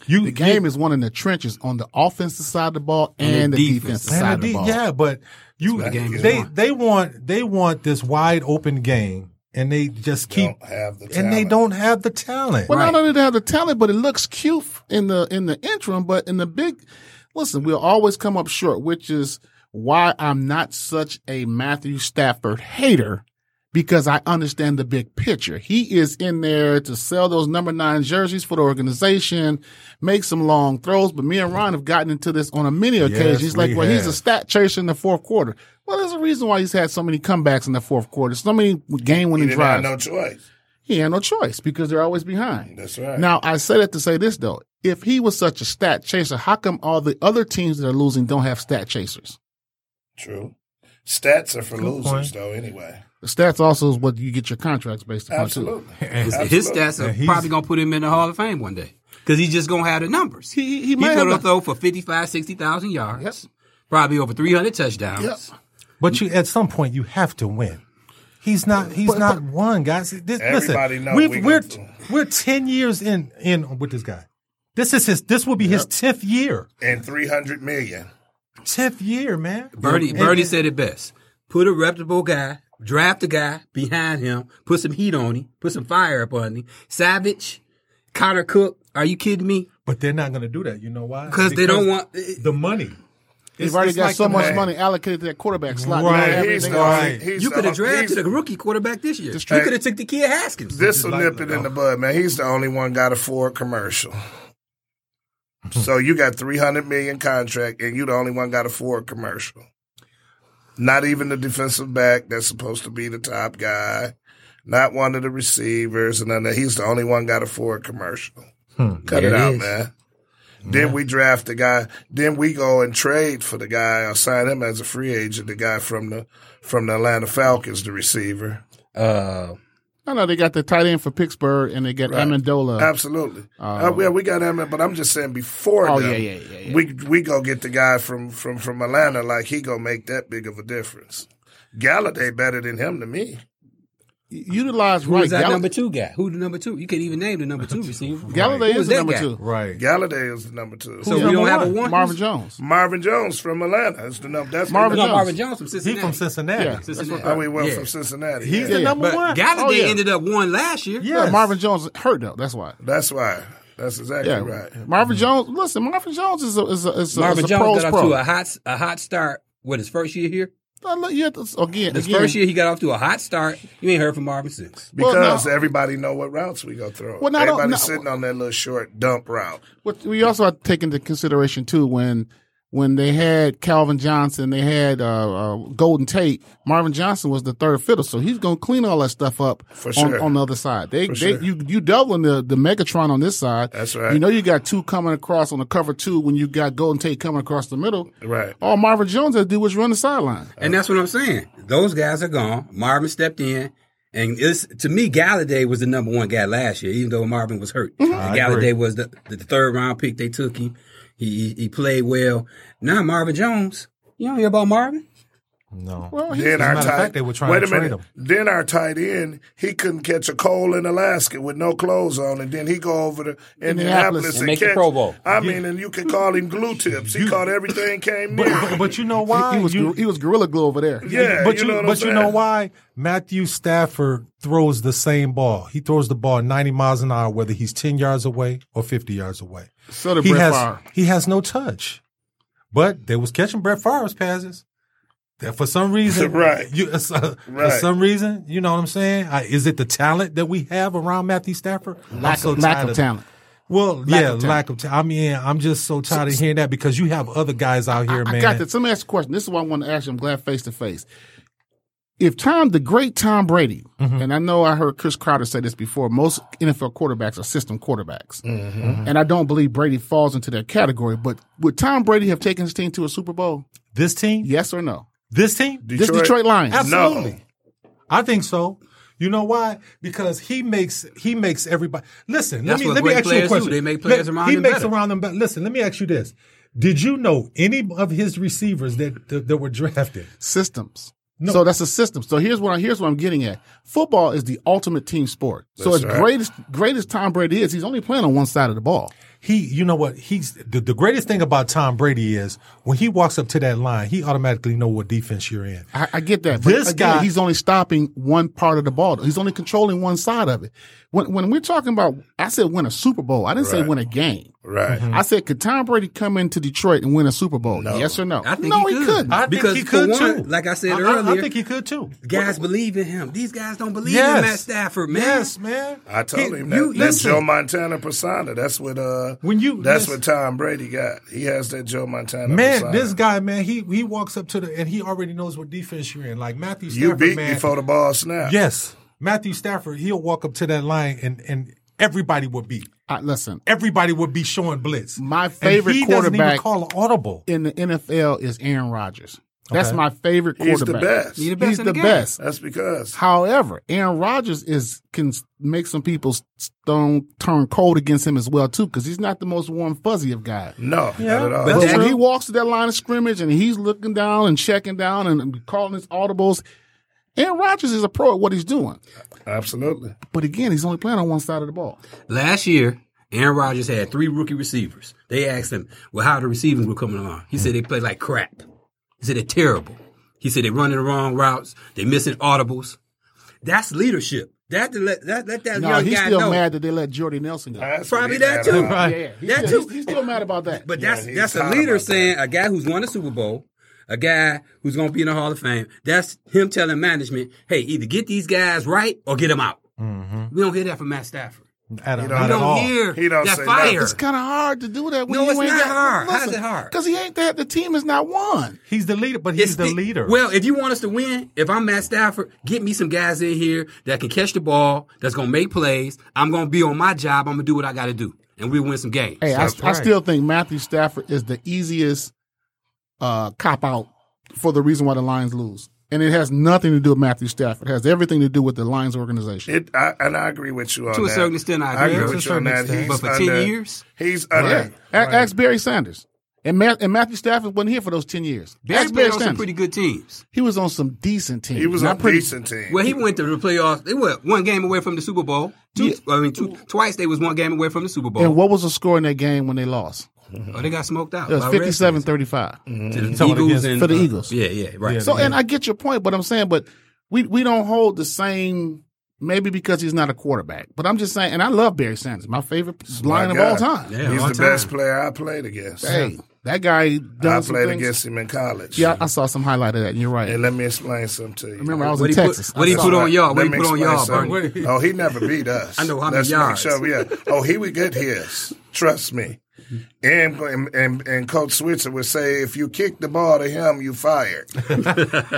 Speaker 2: You
Speaker 4: The game is won in the trenches on the offensive side of the ball and the
Speaker 5: defense.
Speaker 4: defensive
Speaker 2: Man,
Speaker 4: side
Speaker 2: the
Speaker 4: of the
Speaker 2: D-
Speaker 4: ball.
Speaker 2: Yeah, but you
Speaker 5: game is
Speaker 2: they
Speaker 5: won.
Speaker 2: they want they want this wide open game, and they just keep
Speaker 3: Don't have the
Speaker 2: and they
Speaker 3: talent.
Speaker 2: don't have the talent.
Speaker 4: Well, not only do they have the talent, but it looks cute in the in the interim. But in the big, listen, we'll always come up short, which is why I'm not such a Matthew Stafford hater because I understand the big picture. He is in there to sell those number nine jerseys for the organization, make some long throws. But me and Ron have gotten into this on a many occasions. He's like,
Speaker 2: we
Speaker 4: well, he's a
Speaker 2: have.
Speaker 4: stat chaser in the fourth quarter. Well, there's a reason why he's had so many comebacks in the fourth quarter, so many game
Speaker 3: He
Speaker 4: winning
Speaker 3: didn't have
Speaker 4: drives.
Speaker 3: no choice.
Speaker 4: he had no choice because they're always behind.
Speaker 3: That's right.
Speaker 4: Now, I say that to say this though. If he was such a stat chaser, how come all the other teams that are losing don't have stat chasers?
Speaker 3: True. Stats are for losers,
Speaker 2: point.
Speaker 3: though, anyway.
Speaker 4: The stats also is what you get your contracts based upon too.
Speaker 3: Absolutely.
Speaker 5: His, his
Speaker 3: Absolutely.
Speaker 5: stats
Speaker 2: And
Speaker 5: are
Speaker 2: he's-
Speaker 5: probably going to put him in the Hall of Fame one day because he's just going to have the numbers.
Speaker 4: He- he
Speaker 5: he's
Speaker 4: might
Speaker 5: going to
Speaker 4: have the-
Speaker 5: throw for 55, 60,000 yards,
Speaker 4: Yep.
Speaker 5: probably over 300 touchdowns.
Speaker 4: Yep.
Speaker 2: But you, at some point, you have to win. He's not. He's not one, guys. This,
Speaker 3: Everybody
Speaker 2: listen,
Speaker 3: know
Speaker 2: we've,
Speaker 3: we
Speaker 2: we're
Speaker 3: gonna-
Speaker 2: we're ten years in in with this guy. This is his. This will be his tenth year.
Speaker 3: And 300 million.
Speaker 2: Tenth year, man.
Speaker 5: Birdie,
Speaker 2: And-
Speaker 5: Birdie said it best. Put a reputable guy, draft a guy behind him, put some heat on him, put some fire upon him. Savage, Connor Cook, are you kidding me?
Speaker 2: but they're not going to do that. You know why?
Speaker 5: Because they don't want.
Speaker 2: the money.
Speaker 4: They've already
Speaker 2: it's
Speaker 4: got
Speaker 2: like
Speaker 4: so
Speaker 2: the
Speaker 4: much
Speaker 2: man.
Speaker 4: money allocated to that quarterback slot.
Speaker 2: Right.
Speaker 4: They don't have
Speaker 3: He's
Speaker 4: anything
Speaker 3: the,
Speaker 4: else.
Speaker 2: Right.
Speaker 3: he's
Speaker 5: You
Speaker 3: the-
Speaker 5: could have drafted
Speaker 3: he's-
Speaker 5: a rookie quarterback this year. You
Speaker 4: true.
Speaker 5: could have took the kid Haskins.
Speaker 3: This will
Speaker 2: like
Speaker 3: nip
Speaker 2: the
Speaker 3: it in
Speaker 2: dog.
Speaker 3: the bud, man. He's the only one got a Ford commercial. so you got 300 million contract, and you the only one got a Ford commercial. Not even the defensive back that's supposed to be the top guy. Not one of the receivers, and then he's the only one got a Ford commercial. Cut
Speaker 5: There
Speaker 3: it
Speaker 5: it
Speaker 3: out,
Speaker 5: is.
Speaker 3: man. Then we draft the guy. Then we go and trade for the guy or sign him as a free agent. The guy from the from the Atlanta Falcons, the receiver.
Speaker 5: Uh,
Speaker 4: I know they got the tight end for Pittsburgh and they got Amendola.
Speaker 3: Absolutely. Uh, yeah, we got Emmett, but I'm just saying before
Speaker 4: Oh,
Speaker 3: them,
Speaker 4: yeah, yeah, yeah, yeah.
Speaker 3: we we go get the guy from from from Atlanta, like he gonna make that big of a difference. Galladay better than him to me.
Speaker 4: Utilize
Speaker 5: who
Speaker 4: right.
Speaker 5: is that
Speaker 4: Gall-
Speaker 5: number two guy? Who the number two? You can't even name the number two receiver.
Speaker 4: Galladay
Speaker 5: Who
Speaker 4: is
Speaker 5: that
Speaker 4: the number
Speaker 5: guy?
Speaker 4: two.
Speaker 2: Right.
Speaker 3: Galladay is the number two.
Speaker 5: So we
Speaker 4: Number
Speaker 5: don't have a
Speaker 4: one,
Speaker 5: one.
Speaker 4: Marvin Jones.
Speaker 3: Marvin Jones from Atlanta is the number. That's
Speaker 4: Marvin
Speaker 5: No,
Speaker 4: Jones.
Speaker 5: Marvin Jones from
Speaker 2: He
Speaker 5: Cincinnati.
Speaker 2: from Cincinnati.
Speaker 4: Yeah.
Speaker 5: Cincinnati.
Speaker 3: Oh, he went
Speaker 5: Yeah.
Speaker 3: from Cincinnati.
Speaker 2: He's
Speaker 3: Yeah.
Speaker 2: the number
Speaker 5: But
Speaker 2: one.
Speaker 5: Galladay
Speaker 4: Oh, yeah.
Speaker 5: ended up one last year.
Speaker 2: Yes.
Speaker 4: Yeah, Marvin Jones hurt though. That's why.
Speaker 3: That's why. That's exactly
Speaker 4: Yeah,
Speaker 3: right.
Speaker 4: Marvin Jones. Listen, Marvin Jones is a is a, is a,
Speaker 5: Marvin
Speaker 4: is a pro's
Speaker 5: Jones got off to
Speaker 4: pro.
Speaker 5: a hot a hot start with his first year here.
Speaker 4: Uh, look, you have to- again,
Speaker 5: His
Speaker 4: again,
Speaker 5: first year he got off to a hot start. You ain't heard from Marvin since.
Speaker 4: Well,
Speaker 3: Because
Speaker 4: no.
Speaker 3: everybody know what routes we go throw.
Speaker 4: Well, no, I don't-
Speaker 3: Everybody's
Speaker 4: no.
Speaker 3: sitting on that little short dump route.
Speaker 4: What we also have to take into consideration too when when they had Calvin Johnson, they had uh, uh, Golden Tate. Marvin Johnson was the third fiddle, so he's gonna clean all that stuff up
Speaker 3: For
Speaker 4: on,
Speaker 3: sure.
Speaker 4: on the other side. They, they
Speaker 3: sure.
Speaker 4: you you doubling the the Megatron on this side.
Speaker 3: That's right.
Speaker 4: You know you got two coming across on the cover two when you got Golden Tate coming across the middle.
Speaker 3: Right.
Speaker 4: All Marvin Jones had to do was run the sideline.
Speaker 5: And that's what I'm saying. Those guys are gone. Marvin stepped in. And it's, to me, Galladay was the number one guy last year, even though Marvin was hurt.
Speaker 2: Mm-hmm.
Speaker 5: And Galladay was the, the third round pick they took him. He, he he played well. Now Marvin Jones. You don't hear about Marvin?
Speaker 2: No.
Speaker 3: Then
Speaker 2: a
Speaker 3: our
Speaker 2: matter of
Speaker 3: tight,
Speaker 2: fact, they were trying
Speaker 3: wait
Speaker 2: to
Speaker 3: a
Speaker 2: trade
Speaker 3: minute.
Speaker 2: him.
Speaker 3: Then our tight end, he couldn't catch a cold in Alaska with no clothes on, and then he go over to Indianapolis
Speaker 4: And
Speaker 3: and,
Speaker 5: make the
Speaker 3: catch.
Speaker 5: Pro Bowl.
Speaker 3: I mean, and you could call him glue tips. He caught everything came
Speaker 2: But,
Speaker 3: near.
Speaker 2: but, but you know why?
Speaker 4: He
Speaker 3: Uh,
Speaker 4: was
Speaker 2: You-
Speaker 4: gor- he was Gorilla Glue over there.
Speaker 3: yeah,
Speaker 2: but you,
Speaker 3: know what I'm
Speaker 2: but you
Speaker 3: saying?
Speaker 2: know why Matthew Stafford throws the same ball. He throws the ball 90 miles an hour, whether he's 10 yards away or 50 yards away.
Speaker 4: So did
Speaker 2: he
Speaker 4: Brett
Speaker 2: has
Speaker 4: Favre.
Speaker 2: he has no touch. But they was catching Brett Favre's passes. That for some reason,
Speaker 3: Right.
Speaker 2: You, it's, uh,
Speaker 3: Right.
Speaker 2: For some reason, you know what I'm saying. I, is it the talent that we have around Matthew Stafford? I'm
Speaker 4: Lack,
Speaker 2: so
Speaker 4: of, lack
Speaker 2: tired
Speaker 4: of talent.
Speaker 2: Well, yeah,
Speaker 4: of talent.
Speaker 2: lack of talent. I mean, I'm just so tired of hearing that because you have other guys out here, man.
Speaker 4: I got this. Let me ask you a question. This is what I want to ask you. I'm glad face to face. If Tom, the great Tom Brady,
Speaker 2: Mm-hmm.
Speaker 4: and I know I heard Chris Crowder say this before, most NFL quarterbacks are system quarterbacks.
Speaker 3: Mm-hmm.
Speaker 4: And I don't believe Brady falls into that category. But would Tom Brady have taken his team to a Super Bowl?
Speaker 2: This team,
Speaker 4: Yes or no?
Speaker 2: this team,
Speaker 4: This Detroit Lions.
Speaker 2: Absolutely.
Speaker 3: No.
Speaker 2: I think so. You know why? Because he makes he makes everybody listen. let
Speaker 5: That's
Speaker 2: me
Speaker 5: what
Speaker 2: let me
Speaker 5: great
Speaker 2: ask you a
Speaker 5: players do.
Speaker 2: question.
Speaker 5: They make
Speaker 2: Let-
Speaker 5: players around
Speaker 2: he
Speaker 5: them
Speaker 2: makes
Speaker 5: better.
Speaker 2: around them. But listen, let me ask you this: Did you know any of his receivers that that, that were drafted?
Speaker 4: systems. So that's a system. So here's what I, here's what I'm getting at. Football is the ultimate team sport. so as
Speaker 3: right.
Speaker 4: great as great as Tom Brady is, he's only playing on one side of the ball.
Speaker 2: he, you know what? He's the, the greatest thing about Tom Brady is when he walks up to that line, he automatically know what defense you're in.
Speaker 4: I, I get that. But
Speaker 2: This
Speaker 4: again,
Speaker 2: guy-
Speaker 4: he's only stopping one part of the ball. He's only controlling one side of it. When when we're talking about, I said win a Super Bowl. I didn't say win a game.
Speaker 3: Right.
Speaker 2: Mm-hmm.
Speaker 4: I said, could Tom Brady come into Detroit and win a Super Bowl? Yes or no?
Speaker 5: I think
Speaker 4: no,
Speaker 5: he, could.
Speaker 4: couldn't.
Speaker 2: I think
Speaker 5: because
Speaker 2: he could,
Speaker 5: for
Speaker 2: too.
Speaker 5: one, Like I said
Speaker 2: I- I- I
Speaker 5: earlier,
Speaker 2: think he could, too.
Speaker 5: Guys believe in him. These guys don't believe in
Speaker 2: Yes.
Speaker 5: Matt Stafford, man.
Speaker 2: Yes, man.
Speaker 3: I told
Speaker 2: He-
Speaker 3: him that.
Speaker 2: you-
Speaker 3: that's
Speaker 2: listen.
Speaker 3: Joe Montana persona. That's what uh
Speaker 2: When you-
Speaker 3: that's
Speaker 2: listen.
Speaker 3: what Tom Brady got. He has that Joe Montana persona.
Speaker 2: Man, this guy, man, he he walks up to the and he already knows what defense you're in. Like Matthew Stafford,
Speaker 3: you beat
Speaker 2: man.
Speaker 3: before the ball snap.
Speaker 2: Yes, Matthew Stafford, he'll walk up to that line and and everybody would be
Speaker 4: I, listen,
Speaker 2: everybody would be showing blitz.
Speaker 4: My
Speaker 2: And
Speaker 4: favorite
Speaker 2: he
Speaker 4: quarterback-
Speaker 2: doesn't even call an audible.
Speaker 4: in the NFL is Aaron Rodgers. That's
Speaker 2: Okay.
Speaker 4: my favorite
Speaker 3: He's the
Speaker 4: quarterback.
Speaker 3: best.
Speaker 5: He's the best
Speaker 4: He's
Speaker 5: in
Speaker 4: the
Speaker 5: the game.
Speaker 4: best.
Speaker 3: That's because
Speaker 4: However, Aaron Rodgers is can make some people stone turn cold against him as well too, because he's not the most warm fuzzy of guys.
Speaker 3: no, not at all.
Speaker 4: But
Speaker 5: that-
Speaker 4: when he walks to that line of scrimmage and he's looking down and checking down and calling his audibles, Aaron Rodgers is a pro at what he's doing.
Speaker 3: Absolutely.
Speaker 4: But again, he's only playing on one side of the ball.
Speaker 5: Last year, Aaron Rodgers had three rookie receivers. They asked him, well, how the receiving were coming along. He said they play like crap. He said they're terrible. He said they're running the wrong routes. They're missing audibles. That's leadership. That to let that, let that
Speaker 4: No,
Speaker 5: young
Speaker 4: he's
Speaker 5: guy
Speaker 4: still
Speaker 5: know.
Speaker 4: mad that they let Jordy Nelson go.
Speaker 3: That's
Speaker 5: Probably
Speaker 3: what he
Speaker 5: that
Speaker 3: got
Speaker 5: too.
Speaker 3: out.
Speaker 4: Yeah, yeah. He's,
Speaker 5: That
Speaker 4: still,
Speaker 5: too.
Speaker 4: he's still mad about that.
Speaker 5: But
Speaker 3: Yeah,
Speaker 5: that's
Speaker 3: he's
Speaker 5: that's a
Speaker 3: tired
Speaker 5: leader
Speaker 3: about that.
Speaker 5: saying a guy who's won a Super Bowl, a guy who's going to be in the Hall of Fame. That's him telling management, "Hey, either get these guys right or get them out."
Speaker 3: Mm-hmm.
Speaker 5: We don't hear that from Matt Stafford.
Speaker 2: At, not
Speaker 3: You don't-
Speaker 5: We
Speaker 2: at
Speaker 5: don't
Speaker 2: all.
Speaker 5: hear
Speaker 3: He don't
Speaker 5: that
Speaker 3: say nothing.
Speaker 5: fire.
Speaker 4: It's kind of hard to do that. When
Speaker 5: No,
Speaker 4: you
Speaker 5: it's
Speaker 4: ain't
Speaker 5: not
Speaker 4: got,
Speaker 5: hard. How's it hard?
Speaker 4: Because he ain't that. The team is not one.
Speaker 2: He's the leader, but he's
Speaker 5: It's
Speaker 2: the, leader.
Speaker 5: Well, if you want us to win, if I'm Matt Stafford, get me some guys in here that can catch the ball, that's going to make plays. I'm going to be on my job. I'm going to do what I got to do, and we win some games.
Speaker 4: Hey, I,
Speaker 2: That's
Speaker 4: I still think Matthew Stafford is the easiest uh, cop out for the reason why the Lions lose, and it has nothing to do with Matthew Stafford. It has everything to do with the Lions organization.
Speaker 3: It, I, and I agree with you on
Speaker 5: To a
Speaker 3: that.
Speaker 5: certain extent, I
Speaker 3: I agree
Speaker 5: agree. To a
Speaker 3: with you on
Speaker 2: certain
Speaker 3: that.
Speaker 2: extent.
Speaker 3: He's
Speaker 5: But for 10
Speaker 3: under,
Speaker 5: years?
Speaker 3: he's under.
Speaker 4: yeah. A- Ask Barry Sanders. And, Ma- and Matthew Stafford wasn't here for those ten years.
Speaker 5: That's
Speaker 4: Ask Barry
Speaker 5: on some
Speaker 4: Sanders.
Speaker 5: pretty good teams.
Speaker 4: he was on some decent teams.
Speaker 3: He was
Speaker 4: not
Speaker 3: on
Speaker 4: pretty.
Speaker 3: decent team.
Speaker 5: Well, he went to the playoffs. They were one game away from the Super Bowl. Two, I mean, two, twice they was one game away from the Super Bowl.
Speaker 4: And what was the score in that game when they lost?
Speaker 5: oh, they got smoked out.
Speaker 4: It was
Speaker 5: by Redskins.
Speaker 4: 57-35.
Speaker 5: to the
Speaker 2: Someone
Speaker 5: Eagles
Speaker 2: against-
Speaker 5: and
Speaker 4: Mm-hmm. for the
Speaker 5: uh,
Speaker 4: Eagles.
Speaker 5: yeah, yeah, right.
Speaker 2: Yeah.
Speaker 5: So
Speaker 4: So, and I get your point, but I'm saying, but we we don't hold the same. Maybe because he's not a quarterback, but I'm just saying, and I love Barry Sanders, my favorite line of
Speaker 3: God.
Speaker 4: all time.
Speaker 5: Yeah,
Speaker 3: he's
Speaker 5: all
Speaker 3: the
Speaker 5: time.
Speaker 3: best player I played against.
Speaker 4: Hey, that guy
Speaker 3: I
Speaker 4: does
Speaker 3: played against him in college.
Speaker 4: Yeah, I saw some highlight of that. And you're right.
Speaker 3: And let me explain something to you.
Speaker 4: Remember, I was
Speaker 5: What
Speaker 4: in
Speaker 5: he put-
Speaker 4: Texas.
Speaker 5: what he
Speaker 4: I saw
Speaker 5: put
Speaker 4: that.
Speaker 5: on y'all? What
Speaker 3: Let
Speaker 5: he
Speaker 3: me
Speaker 5: put on
Speaker 3: explain
Speaker 5: y'all,
Speaker 3: something.
Speaker 5: Bernie?
Speaker 3: Oh, he never beat us.
Speaker 5: I know how many
Speaker 3: Let's
Speaker 5: yards.
Speaker 3: Make sure, yeah. Oh, he would get his. Trust me.
Speaker 5: Mm-hmm.
Speaker 3: And, and and and Coach Switzer would say, if you kick the ball to him, you fired.
Speaker 4: L-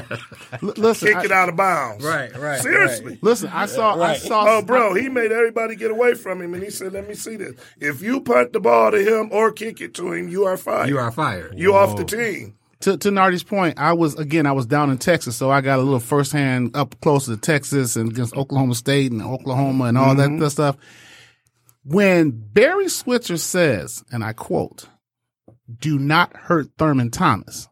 Speaker 4: listen,
Speaker 3: Kick
Speaker 4: I,
Speaker 3: it out of bounds.
Speaker 5: Right, right,
Speaker 3: Seriously.
Speaker 4: listen, I saw, I saw.
Speaker 3: Oh, bro, he made everybody get away from him, and he said, "Let me see this. If you punt the ball to him or kick it to him, you are fired.
Speaker 5: you are fired.
Speaker 3: you off the team."
Speaker 4: to, to Nardi's point, I was again, I was down in Texas, so I got a little firsthand up close to Texas and against Oklahoma State and Oklahoma and all
Speaker 3: Mm-hmm.
Speaker 4: that, that stuff. When Barry Switzer says, and I quote, "Do not hurt Thurman Thomas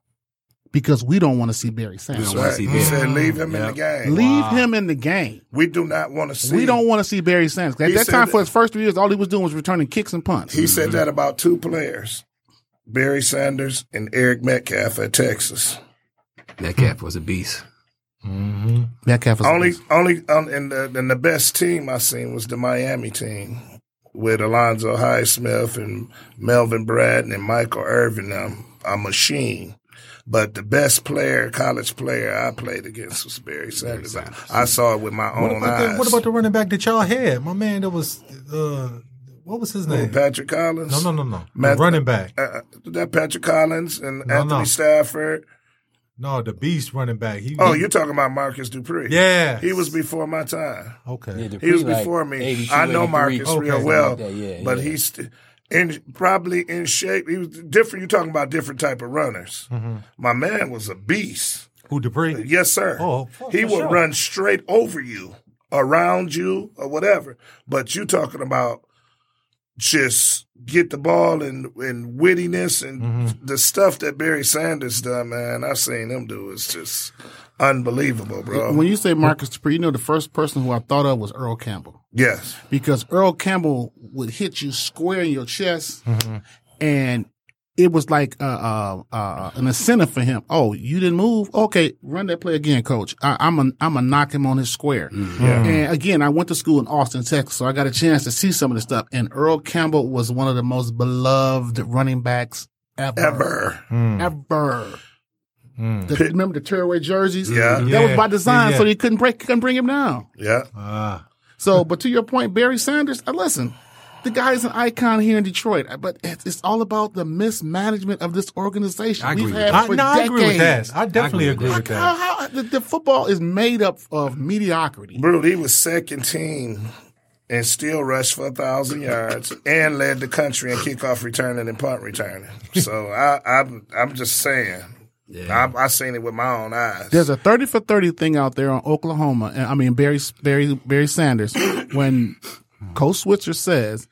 Speaker 4: because we don't want to see Barry Sanders.
Speaker 5: We don't wanna see
Speaker 3: He
Speaker 5: Barry.
Speaker 3: said, "Leave him in the game.
Speaker 4: Leave him in the game.
Speaker 3: We do not want to see."
Speaker 4: We don't want to see Barry Sanders." At
Speaker 3: He
Speaker 4: that
Speaker 3: said
Speaker 4: time, for
Speaker 3: that-
Speaker 4: his first three years, all he was doing was returning kicks and punts.
Speaker 3: He said that about two players, Barry Sanders and Eric Metcalf at Texas.
Speaker 5: That cat was a beast.
Speaker 4: Metcalf was
Speaker 3: Only, only, um, and, the, and the best team I seen was the Miami team with Alonzo Highsmith and Melvin Braden and Michael Irvin. Um, a machine. But the best player, college player I played against was Barry Sanders. I, I saw it with my
Speaker 2: what,
Speaker 3: own
Speaker 2: about
Speaker 3: eyes.
Speaker 2: the, what about the running back that y'all had? My man, that was uh, what was his name?
Speaker 3: Patrick Collins?
Speaker 2: No, no, no, no.
Speaker 3: Matt-
Speaker 2: the running back.
Speaker 3: Uh, uh, that Patrick Collins and
Speaker 2: No,
Speaker 3: Anthony
Speaker 2: no.
Speaker 3: Stafford.
Speaker 2: No, the beast running back. He,
Speaker 3: Oh,
Speaker 2: he-
Speaker 3: you're talking about Marcus Dupree?
Speaker 2: Yeah.
Speaker 3: he was before my time.
Speaker 2: okay.
Speaker 3: He was before me. I know Marcus real
Speaker 2: something
Speaker 3: well,
Speaker 7: like that, yeah,
Speaker 3: but
Speaker 7: yeah.
Speaker 3: he's st- in probably in shape. He was different. You're talking about different type of runners. My man was a beast.
Speaker 2: Who Dupree?
Speaker 3: Yes, sir.
Speaker 2: Oh, for-
Speaker 3: he
Speaker 2: for
Speaker 3: would
Speaker 2: sure.
Speaker 3: run straight over you, around you, or whatever. But you talking about just get the ball and and wittiness and the stuff that Barry Sanders done, man. I've seen him do. It's just unbelievable, bro.
Speaker 4: When you say Marcus Dupree, you know the first person who I thought of was Earl Campbell.
Speaker 3: Yes.
Speaker 4: because Earl Campbell would hit you square in your chest,
Speaker 2: Mm-hmm.
Speaker 4: and it was like uh, uh, uh, an incentive for him. Oh, you didn't move? Okay, run that play again, coach. I, I'm a, I'm gonna knock him on his square. And again, I went to school in Austin, Texas, so I got a chance to see some of this stuff. And Earl Campbell was one of the most beloved running backs ever,
Speaker 3: Ever.
Speaker 2: Mm.
Speaker 4: ever. The- remember the tearaway jerseys?
Speaker 3: Yeah.
Speaker 4: that
Speaker 2: Yeah.
Speaker 4: was by design,
Speaker 2: Yeah.
Speaker 4: so they couldn't break, couldn't bring him down.
Speaker 3: Yeah.
Speaker 2: Ah.
Speaker 4: So, but to your point, Barry Sanders, uh, listen, the guy is an icon here in Detroit, uh, but it's, it's all about the mismanagement of this organization.
Speaker 5: I agree
Speaker 4: We've
Speaker 5: with
Speaker 4: had
Speaker 5: that.
Speaker 2: I,
Speaker 4: for
Speaker 2: no, I agree with
Speaker 4: decades.
Speaker 2: that. I definitely
Speaker 5: I
Speaker 2: agree with
Speaker 4: How,
Speaker 2: that.
Speaker 4: how- uh, the, the football is made up of mediocrity.
Speaker 3: Bro, he was second team and still rushed for a thousand yards and led the country in kickoff returning and punt returning. So I, I'm I'm just saying. I, I seen it with my own eyes.
Speaker 4: There's a 30 for 30 thing out there on Oklahoma, and I mean Barry Barry Barry Sanders when Coach Switzer says,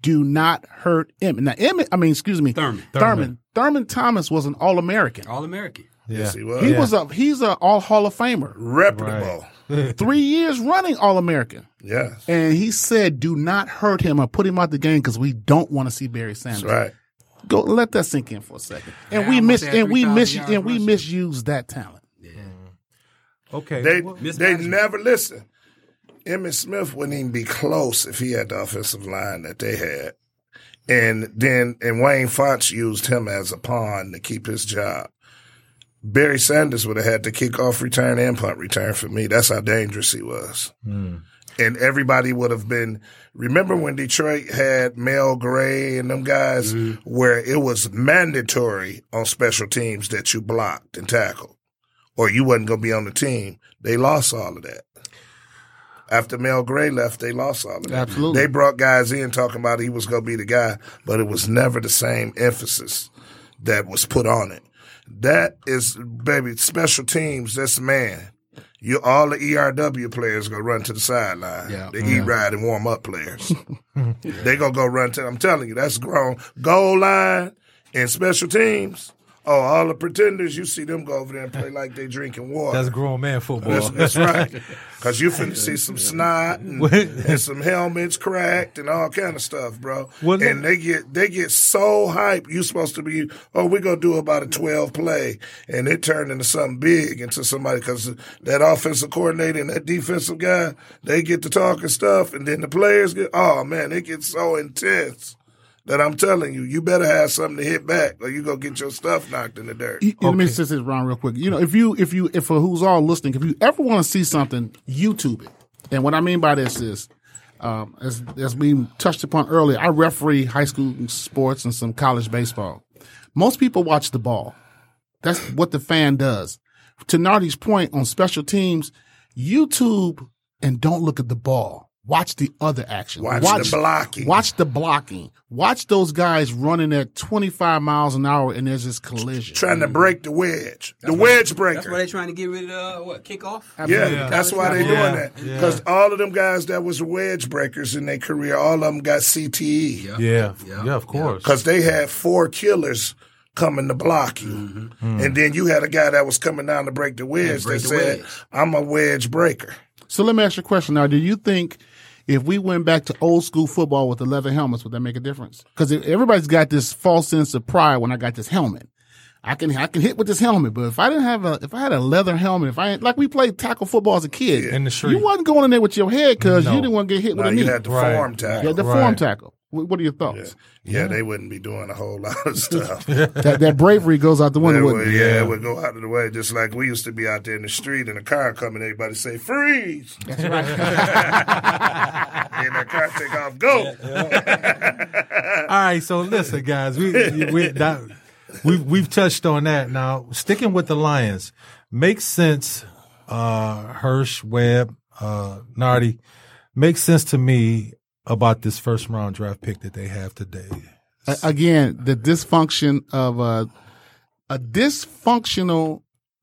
Speaker 4: "Do not hurt Emmett." Now Emmett, I mean, excuse me,
Speaker 5: Thurman. Oh,
Speaker 4: Thurman, Thurman Thomas was an All-American.
Speaker 5: All American.
Speaker 2: Yeah.
Speaker 3: he was
Speaker 4: He was a he's a All Hall of Famer.
Speaker 3: reputable.
Speaker 4: three years running All American.
Speaker 3: Yes.
Speaker 4: And he said, do not hurt him or put him out the game because we don't want to see Barry Sanders.
Speaker 3: That's right.
Speaker 4: Go let that sink in for a second. And
Speaker 5: Yeah,
Speaker 4: we
Speaker 5: I'm
Speaker 4: miss
Speaker 5: with that
Speaker 4: and we
Speaker 5: 3,000
Speaker 4: miss
Speaker 5: yards
Speaker 4: and we
Speaker 5: rushing.
Speaker 4: misused that talent.
Speaker 2: Okay.
Speaker 3: They
Speaker 2: well,
Speaker 3: they never listen. Emmitt Smith wouldn't even be close if he had the offensive line that they had. And then and Wayne Fox used him as a pawn to keep his job. Barry Sanders would have had to kick off return and punt return for me. That's how dangerous he was. And everybody would have been remember when Detroit had Mel Gray and them guys where it was mandatory on special teams that you blocked and tackled or you wasn't going to be on the team. They lost all of that. After Mel Gray left, they lost all of that.
Speaker 4: Absolutely.
Speaker 3: They brought guys in talking about he was going to be the guy, but it was never the same emphasis that was put on it. That is, baby, special teams, that's man. You all the ERW players gonna run to the sideline.
Speaker 4: Yeah.
Speaker 3: the E ride and warm up players. They gonna go run to. I'm telling you, that's grown goal line and special teams. Oh, all the pretenders, you see them go over there and play like they drinking water.
Speaker 2: that's grown man football.
Speaker 3: That's, that's right. Because you finna see some snot and, and some helmets cracked and all kind of stuff, bro.
Speaker 2: Well,
Speaker 3: and they get they get so hyped. You supposed to be, oh, we gonna do about a twelve play, and it turned into something big into somebody because that offensive coordinator and that defensive guy they get to talking stuff, and then the players get, oh man, it gets so intense. That I'm telling you, you better have something to hit back, or you gonna get your stuff knocked in the dirt.
Speaker 4: You- Let me say this Ron real quick. You know, if you if you if for who's all listening, if you ever want to see something, YouTube it. And what I mean by this is, um, as as we touched upon earlier, I referee high school sports and some college baseball. Most people watch the ball. That's what the fan does. To Nardi's point on special teams, YouTube and don't look at the ball. Watch the other action.
Speaker 3: Watch the blocking.
Speaker 4: Watch the blocking. Watch those guys running at 25 miles an hour and there's this collision.
Speaker 3: trying to break the wedge, the wedge breaker.
Speaker 5: That's why they're trying to get rid of uh, what kickoff.
Speaker 3: Yeah,
Speaker 4: Absolutely.
Speaker 3: that's why they're
Speaker 2: Yeah.
Speaker 3: doing that. Because all of them guys that was wedge breakers in their career, all of them got CTE.
Speaker 2: yeah. yeah. of course.
Speaker 3: Because they had four killers coming to block you. And then you had a guy that was coming down to break the wedge
Speaker 5: break
Speaker 3: that
Speaker 5: the
Speaker 3: said,
Speaker 5: wedge.
Speaker 3: I'm a wedge breaker.
Speaker 4: So let me ask you a question now. Do you think if we went back to old school football with the leather helmets, would that make a difference? Because everybody's got this false sense of pride when I got this helmet. I can I can hit with this helmet, but if I didn't have a if I had a leather helmet, if I ain't, like we played tackle football as a kid,
Speaker 2: In the street.
Speaker 4: you wasn't going in there with your head because you didn't want to get hit with
Speaker 3: Now
Speaker 4: a knee.
Speaker 3: you had the
Speaker 2: Right.
Speaker 3: form
Speaker 4: You
Speaker 3: tackle.
Speaker 4: had the form
Speaker 2: Right.
Speaker 4: tackle. Wh- What are your thoughts?
Speaker 3: Yeah, they wouldn't be doing a whole lot of stuff.
Speaker 4: That, that bravery goes out the
Speaker 3: They
Speaker 4: window.
Speaker 3: would-
Speaker 4: wouldn't it?
Speaker 3: yeah, it would go out of the way, just like we used to be out there in the street in a car coming, everybody say, freeze. That's right. and the car take off, go.
Speaker 2: All right, so listen, guys, we we that, we we've touched on that. Now, sticking with the Lions makes sense. Uh, Hirsch, Webb, uh, Nardi makes sense to me about this first round draft pick that they have today.
Speaker 4: A- again the dysfunction of a a dysfunctional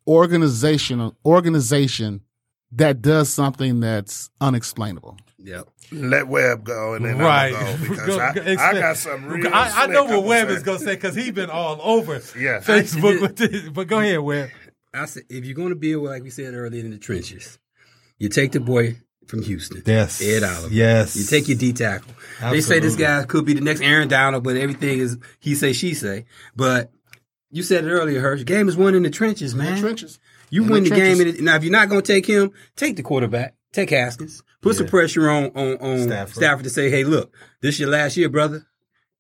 Speaker 4: organizational organization that does something that's unexplainable.
Speaker 5: Yep.
Speaker 3: let Webb go and then
Speaker 2: Right,
Speaker 3: I'm go because
Speaker 2: Go-
Speaker 3: I,
Speaker 2: go-
Speaker 3: I
Speaker 2: explain.
Speaker 3: got some real.
Speaker 2: I, I know
Speaker 3: slick
Speaker 2: what Webb
Speaker 3: I'm
Speaker 2: is gonna say because he's been all over
Speaker 3: Yeah.
Speaker 2: Facebook with this. But go ahead, Webb.
Speaker 5: I said, if you're going to build, like we said earlier, in the trenches, you take the boy from Houston.
Speaker 2: Yes.
Speaker 5: Ed Oliver.
Speaker 2: Yes.
Speaker 5: You take your D tackle. They say this guy could be the next Aaron Donald, but everything is he say she say. But you said it earlier, Hirsch. Game is won in the trenches, man.
Speaker 4: trenches.
Speaker 5: You
Speaker 4: In
Speaker 5: win
Speaker 4: the
Speaker 5: the,
Speaker 4: trenches.
Speaker 5: game. In the, now, if you're not going to take him, take the quarterback. Take Haskins. Put some pressure on on, on
Speaker 2: Stafford.
Speaker 5: Stafford. to say, hey, look, this your last year, brother.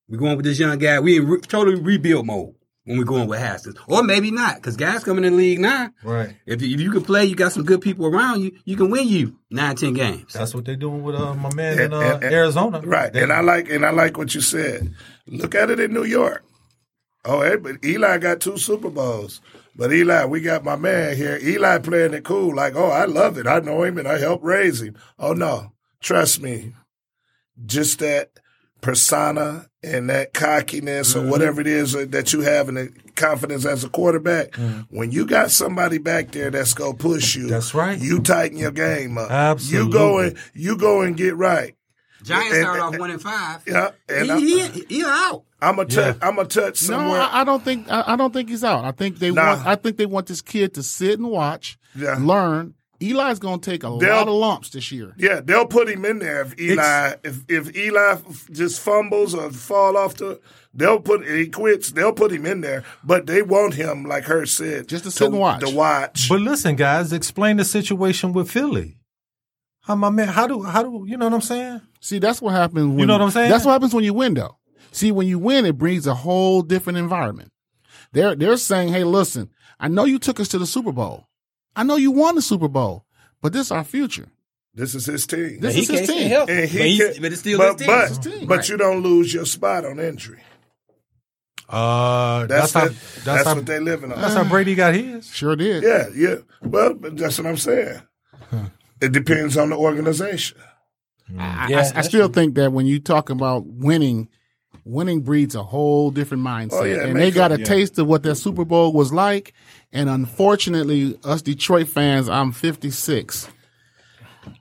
Speaker 5: We're going with this young guy. We in re- totally rebuild mode when we're going with Haskins. Or maybe not, because guys coming in the league now,
Speaker 2: Right.
Speaker 5: if you, if you can play, you got some good people around you, you can win you nine, ten games.
Speaker 2: That's what they're doing with uh, my man in
Speaker 3: And-
Speaker 2: uh,
Speaker 3: and- and-
Speaker 2: Arizona.
Speaker 3: Right.
Speaker 2: They-
Speaker 3: and I like and I like what you said. Look at it in New York. Oh, everybody, Eli got two Super Bowls. But Eli, we got my man here. Eli playing it cool. Like, oh, I love it. I know him and I helped raise him. Oh no. Trust me. Just that persona and that cockiness
Speaker 2: Mm-hmm.
Speaker 3: or whatever it is that you have and the confidence as a quarterback. When you got somebody back there that's gonna push you,
Speaker 2: Mm. That's right.
Speaker 3: You tighten your game up. You go
Speaker 2: Absolutely.
Speaker 3: and you go and get right.
Speaker 5: Giants
Speaker 3: And-
Speaker 5: started off one and five.
Speaker 3: Yeah, and I-
Speaker 5: he, he, he out.
Speaker 3: I'm a touch.
Speaker 2: Yeah.
Speaker 3: I'm a touch
Speaker 4: No,
Speaker 3: somewhere.
Speaker 4: I, I don't think I, I don't think he's out. I think they
Speaker 3: Nah.
Speaker 4: want I think they want this kid to sit and watch,
Speaker 3: Yeah.
Speaker 4: learn. Eli's going to take a
Speaker 3: They'll-
Speaker 4: lot of lumps this year.
Speaker 3: yeah, they'll put him in there if Eli if if Eli f- just fumbles or fall off the. They'll put he quits. They'll put him in there, but they want him like her said,
Speaker 4: Just to sit and watch.
Speaker 3: To watch.
Speaker 2: But listen, guys, explain the situation with Philly. How my man? How do how do you know what I'm saying?
Speaker 4: See, that's what happens. When,
Speaker 2: know what I'm saying?
Speaker 4: That's what happens when you win, though. See, when you win, it brings a whole different environment. They're they're saying, "Hey, listen, I know you took us to the Super Bowl. I know you won the Super Bowl, but this is our future.
Speaker 3: this is his team,
Speaker 4: This
Speaker 5: he
Speaker 4: is his
Speaker 5: can't stay
Speaker 4: team.
Speaker 5: healthy.
Speaker 3: and
Speaker 5: But
Speaker 3: he
Speaker 5: he's-
Speaker 3: can,
Speaker 5: but it's still
Speaker 3: but,
Speaker 5: his team.
Speaker 3: But,
Speaker 5: It's
Speaker 4: his team.
Speaker 3: but
Speaker 4: Right.
Speaker 3: you don't lose your spot on injury.
Speaker 2: Uh, that's,
Speaker 3: That's
Speaker 2: how
Speaker 3: that-
Speaker 2: that's,
Speaker 3: that's
Speaker 2: how
Speaker 3: what they living on.
Speaker 2: that's
Speaker 4: Uh-huh.
Speaker 2: how Brady got his.
Speaker 4: Sure did.
Speaker 3: Yeah, yeah. Well, but that's what I'm saying. It depends on the organization.
Speaker 4: I,
Speaker 5: Yeah,
Speaker 4: I- I,
Speaker 5: that's
Speaker 4: still think that when you talk about winning, winning breeds a whole different mindset,
Speaker 3: Oh, yeah, it
Speaker 4: and they
Speaker 3: makes
Speaker 4: got
Speaker 3: it-
Speaker 4: a taste of what that Super Bowl was like. And unfortunately, us Detroit fans, I'm 56.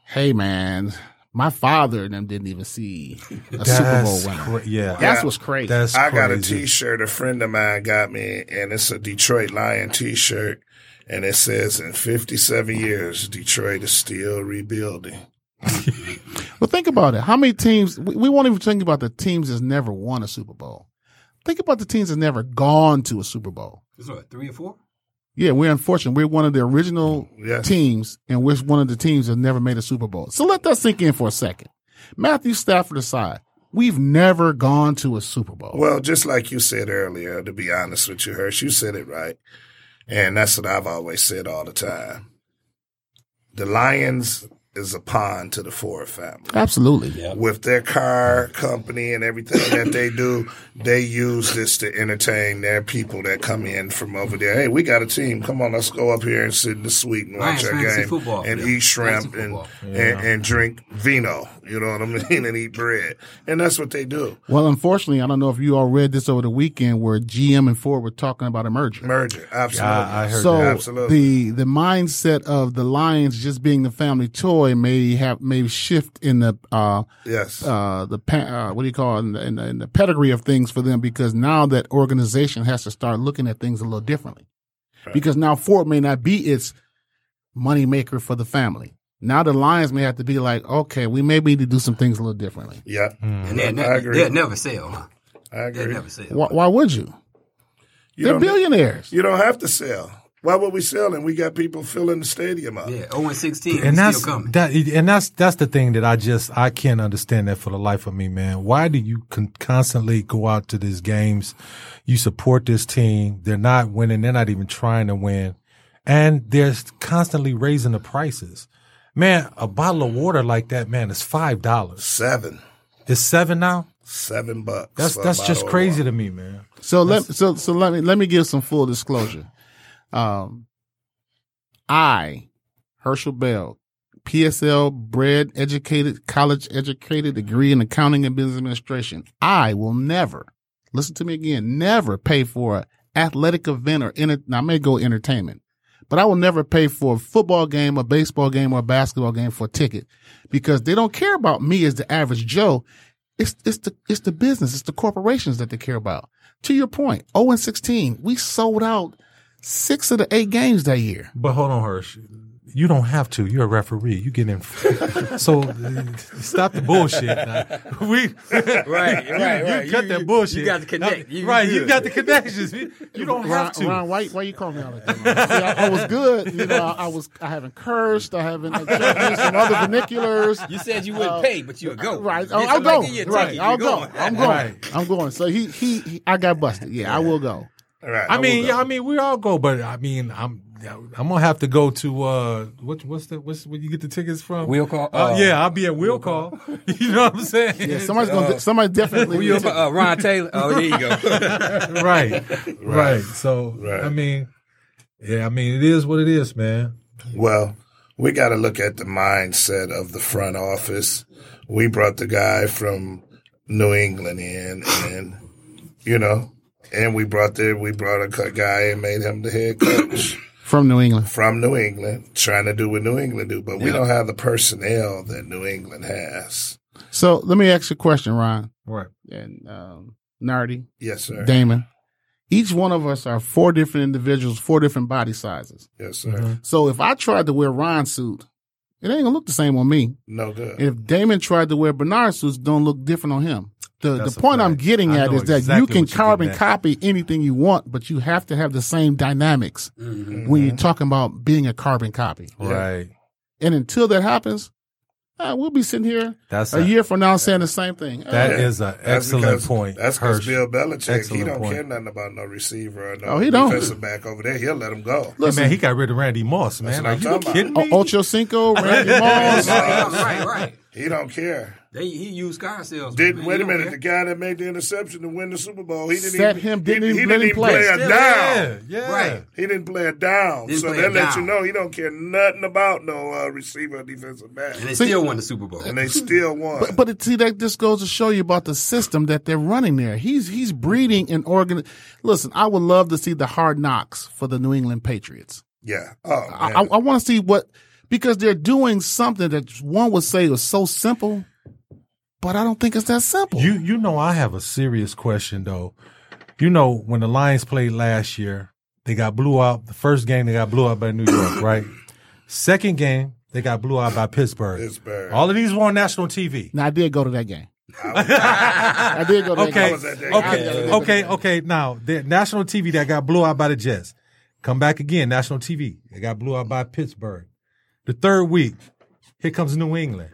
Speaker 4: Hey, man, my father and them didn't even see a Super Bowl
Speaker 2: That's
Speaker 4: winner.
Speaker 2: cra- yeah,
Speaker 4: That's what's crazy.
Speaker 2: that's
Speaker 3: I got a
Speaker 2: crazy.
Speaker 3: T-shirt a friend of mine got me, and it's a Detroit Lion T-shirt, and it says, "In 57 years, Detroit is still rebuilding."
Speaker 4: Well, think about it. How many teams? We, we won't even think about the teams that's never won a Super Bowl. Think about the teams that's never gone to a Super Bowl.
Speaker 5: It's what, three or four?
Speaker 4: Yeah, we're unfortunate. We're one of the original
Speaker 3: Yes.
Speaker 4: teams, and we're one of the teams that never made a Super Bowl. So let that sink in for a second. Matthew Stafford aside, we've never gone to a Super Bowl.
Speaker 3: Well, just like you said earlier, to be honest with you, Hirsch, you said it right, and that's what I've always said all the time. The Lions is a pawn to the Ford family.
Speaker 4: Absolutely.
Speaker 3: with their car company and everything that they do, they use this to entertain their people that come in from over there. Hey, we got a team. Come on, let's go up here and sit in the suite and watch
Speaker 5: Lions
Speaker 3: our
Speaker 5: fantasy
Speaker 3: game
Speaker 5: football
Speaker 3: and
Speaker 5: field.
Speaker 3: eat shrimp
Speaker 5: Fantasy
Speaker 3: and,
Speaker 5: football.
Speaker 3: and and drink vino. You know what I mean? and eat bread. And that's what they do.
Speaker 4: Well, unfortunately, I don't know if you all read this over the weekend where GM and Ford were talking about a merger.
Speaker 3: Merger, absolutely.
Speaker 2: I, I heard
Speaker 4: So
Speaker 2: that.
Speaker 3: Absolutely.
Speaker 4: the the mindset of the Lions just being the family toy may have may shift in the uh,
Speaker 3: yes.
Speaker 4: uh, the pa- uh, what do you call it in the, in, the, in the pedigree of things for them because now that organization has to start looking at things a little differently because now Ford may not be its moneymaker for the family. Now the Lions may have to be like, okay, we may need to do some things a little differently.
Speaker 3: yeah.
Speaker 2: hmm.
Speaker 5: And they'll,
Speaker 3: I
Speaker 5: never,
Speaker 3: agree.
Speaker 5: they'll never sell. huh?
Speaker 3: I
Speaker 5: They'll
Speaker 3: agree.
Speaker 5: never sell.
Speaker 4: Why, why would you?
Speaker 3: You
Speaker 4: They're
Speaker 3: don't,
Speaker 4: billionaires.
Speaker 3: you don't have to sell. Why would we sell? And we got people filling the stadium up.
Speaker 5: Yeah, 0 and 16.
Speaker 2: and
Speaker 5: And
Speaker 2: that's
Speaker 5: still coming.
Speaker 2: that, and that's that's the thing that I just I can't understand that for the life of me, man. Why do you con- constantly go out to these games? You support this team; they're not winning; they're not even trying to win, and they're constantly raising the prices. Man, a bottle of water like that, man, is five dollars.
Speaker 3: Seven.
Speaker 2: It's seven now.
Speaker 3: Seven bucks.
Speaker 2: That's
Speaker 3: for a
Speaker 2: that's just
Speaker 3: bottle of
Speaker 2: crazy
Speaker 3: water.
Speaker 2: to me, man.
Speaker 4: So let so so let me let me give some full disclosure. Um, I, Herschel Bell, PSL bred, educated, college educated, degree in accounting and business administration. I will never listen to me again. Never pay for an athletic event or enter, now I may go entertainment, but I will never pay for a football game, a baseball game, or a basketball game for a ticket because they don't care about me as the average Joe. It's it's the it's the business, it's the corporations that they care about. To your point, 0 and 16, we sold out six of the eight games that year.
Speaker 2: But hold on, Hirsch. you don't have to. You're a referee. You get in. so uh, stop the bullshit. now. we
Speaker 5: Right, right,
Speaker 2: you
Speaker 5: right.
Speaker 2: cut
Speaker 5: You-
Speaker 2: that
Speaker 5: you-
Speaker 2: bullshit.
Speaker 5: you got to connect. You-
Speaker 2: right,
Speaker 5: you
Speaker 2: you
Speaker 5: good.
Speaker 2: got the connections. You you don't
Speaker 4: Ron,
Speaker 2: have to.
Speaker 4: Ron, why why you calling me out like that? man? See, I, I was good. You know, I, I was I haven't cursed. I haven't I tried to use some other vernaculars.
Speaker 5: You said you wouldn't pay, but you'll go.
Speaker 4: Right, Oh,
Speaker 5: Get
Speaker 4: I'll, I'll
Speaker 5: somebody
Speaker 4: go.
Speaker 5: to your ticket,
Speaker 4: Right,
Speaker 5: you
Speaker 4: I'll go.
Speaker 5: going.
Speaker 4: I'm going. I'm going. So he, he he I got busted. Yeah, I will go.
Speaker 3: Right.
Speaker 2: I mean, yeah, I mean, we all go, but uh, I mean, I'm I'm gonna have to go to uh, what what's the what's where you get the tickets from?
Speaker 5: Wheel Call?
Speaker 2: Uh,
Speaker 5: Uh,
Speaker 2: yeah, I'll be at Will Call. you know what I'm saying?
Speaker 4: Yeah, somebody's gonna somebody definitely.
Speaker 5: Who you, uh, Ron Taylor. Oh, there you go.
Speaker 2: Uh, right, right, So I mean, yeah, I mean, it is what it is, man.
Speaker 3: Well, we got to look at the mindset of the front office. We brought the guy from New England in, and you know, and we brought the we brought a cut guy and made him the head coach
Speaker 4: from New England.
Speaker 3: from New England, trying to do what New England do, but we don't have the personnel that New England has.
Speaker 4: So let me ask you a question, Ron
Speaker 2: Right.
Speaker 4: and um, Nardi,
Speaker 3: Yes, sir.
Speaker 4: Damon. Each one of us are four different individuals, four different body sizes.
Speaker 3: Yes, sir.
Speaker 2: Mm-hmm.
Speaker 4: So if I tried to wear Ron's suit, it ain't gonna look the same on me.
Speaker 3: No good.
Speaker 4: And if Damon tried to wear Bernard's suit, it's gonna look different on him. The
Speaker 2: That's
Speaker 4: the
Speaker 2: a
Speaker 4: point I'm
Speaker 2: fact.
Speaker 4: getting
Speaker 2: I
Speaker 4: at
Speaker 2: know
Speaker 4: is that
Speaker 2: exactly
Speaker 4: you can
Speaker 2: what you're
Speaker 4: carbon
Speaker 2: getting at.
Speaker 4: copy anything you want, but you have to have the same dynamics
Speaker 5: Mm-hmm.
Speaker 4: when
Speaker 2: Mm-hmm.
Speaker 4: you're talking about being a carbon copy.
Speaker 2: Right.
Speaker 4: And until that happens, uh, we'll be sitting here
Speaker 2: That's
Speaker 4: a
Speaker 2: a-
Speaker 4: year from now saying the same thing.
Speaker 2: That
Speaker 4: Uh,
Speaker 2: is an
Speaker 3: That's
Speaker 2: excellent
Speaker 3: because-
Speaker 2: point.
Speaker 3: That's because
Speaker 2: Hirsch.
Speaker 3: Bill Belichick, he
Speaker 2: Excellent
Speaker 3: don't
Speaker 2: point.
Speaker 3: care nothing about no receiver or no
Speaker 4: Oh, he don't.
Speaker 3: defensive back over there. He'll let him go.
Speaker 2: Hey,
Speaker 4: listen,
Speaker 2: man, he got rid of Randy Moss, man.
Speaker 3: what
Speaker 2: Are
Speaker 3: I'm
Speaker 2: you
Speaker 3: talking
Speaker 2: kidding
Speaker 4: O-
Speaker 2: me?
Speaker 5: Oh,
Speaker 4: Ocho Cinco, Randy Moss.
Speaker 5: right, right, right.
Speaker 3: He don't care.
Speaker 5: They, he used car sales.
Speaker 3: Didn't
Speaker 5: man.
Speaker 3: wait
Speaker 5: He
Speaker 3: a
Speaker 5: don't
Speaker 3: minute.
Speaker 5: care.
Speaker 3: The guy that made the interception to win the Super Bowl, he didn't
Speaker 4: Sat
Speaker 3: even
Speaker 4: him, didn't
Speaker 3: he,
Speaker 4: even
Speaker 3: he
Speaker 4: let
Speaker 3: didn't even
Speaker 4: him play.
Speaker 3: play a
Speaker 5: Still,
Speaker 3: down.
Speaker 2: Yeah, yeah.
Speaker 5: Right.
Speaker 3: He didn't play a down.
Speaker 5: Didn't
Speaker 3: so
Speaker 5: play a
Speaker 3: that lets you
Speaker 5: down.
Speaker 3: know he don't care nothing about no uh, receiver or defensive back.
Speaker 5: And they
Speaker 4: See-
Speaker 5: still won the Super Bowl.
Speaker 3: And they still won.
Speaker 4: But, but it, see, that just goes to show you about the system that they're running there. He's he's breeding an organ. Listen, I would love to see the hard knocks for the New England Patriots.
Speaker 3: yeah. Oh,
Speaker 4: I,
Speaker 3: man.
Speaker 4: I, I want to see what because they're doing something that one would say is so simple, but I don't think it's that simple.
Speaker 2: You you know I have a serious question though. You know when the Lions played last year, they got blew out. The first game they got blew out by New York, right? Second game they got blew out by Pittsburgh.
Speaker 3: Pittsburgh.
Speaker 2: All of these were on national TV.
Speaker 4: now I did go to that game. I did go to
Speaker 2: Okay,
Speaker 4: that game.
Speaker 3: at that game.
Speaker 4: I was at
Speaker 2: okay,
Speaker 4: that
Speaker 2: okay,
Speaker 4: game.
Speaker 2: okay. Now the national TV that got blew out by the Jets. Come back again, national TV. They got blew out by Pittsburgh. The third week, here comes New England.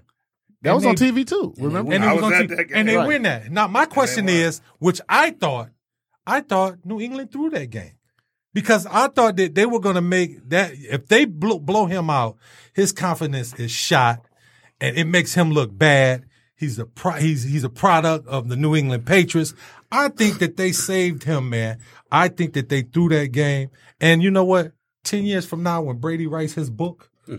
Speaker 4: That was
Speaker 2: And
Speaker 4: on
Speaker 2: they-
Speaker 4: TV too. Remember?
Speaker 2: and
Speaker 3: I
Speaker 2: it was
Speaker 3: was
Speaker 2: on
Speaker 3: at
Speaker 2: TV.
Speaker 3: that game.
Speaker 2: and they
Speaker 4: Right.
Speaker 2: win that. Now my question is, which I thought, I thought New England threw that game because I thought that they were going to make that. If they blow, blow him out, his confidence is shot, and it makes him look bad. He's a pro, he's he's a product of the New England Patriots. I think that they saved him, man. I think that they threw that game, and you know what? Ten years from now, when Brady writes his book,
Speaker 3: Hmm.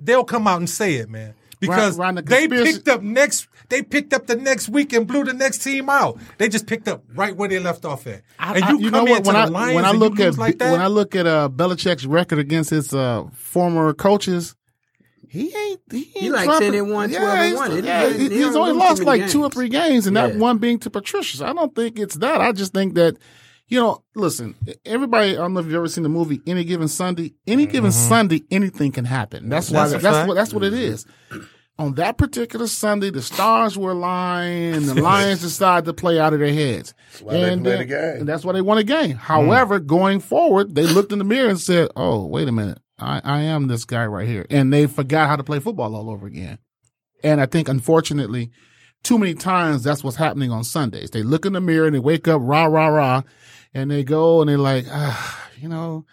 Speaker 2: they'll come out and say it, man. Because
Speaker 4: Ron, the
Speaker 2: they
Speaker 4: conspiracy-
Speaker 2: picked up next, they picked up the next week and blew the next team out. They just picked up right where they left off at. and you, come into
Speaker 4: When
Speaker 2: the
Speaker 4: I,
Speaker 2: Lions
Speaker 4: when I
Speaker 2: and
Speaker 4: look
Speaker 2: you
Speaker 4: at
Speaker 2: lose like that,
Speaker 4: when I look at uh, Belichick's record against his uh, former coaches, he ain't he, ain't
Speaker 5: like
Speaker 4: dropping-
Speaker 5: 10-1, 12-1.
Speaker 4: he's-
Speaker 5: It-
Speaker 4: yeah,
Speaker 5: it-
Speaker 4: he-
Speaker 5: they
Speaker 4: he's
Speaker 5: don't
Speaker 4: only
Speaker 5: lose
Speaker 4: lost
Speaker 5: too
Speaker 4: like
Speaker 5: many
Speaker 4: two or
Speaker 5: games.
Speaker 4: three games, and that
Speaker 5: Yeah.
Speaker 4: one being to Patricia. So I don't think it's that. I just think that. You know, listen, everybody, I don't know if you've ever seen the movie Any Given Sunday. Any given Sunday, anything can happen. That's why
Speaker 2: That's a
Speaker 4: that's, that's
Speaker 2: fact.
Speaker 4: what that's what it is. On that particular Sunday, the stars were lying, and the Lions decided to play out of their heads.
Speaker 3: why they play the
Speaker 4: uh,
Speaker 3: game.
Speaker 4: and that's why they won a game. However, going forward, they looked in the mirror and said, "Oh, wait a minute, I, I am this guy right here," and they forgot how to play football all over again. And I think, unfortunately, too many times that's what's happening on Sundays. They look in the mirror and they wake up rah rah rah, and they go and they're like, ah, you know.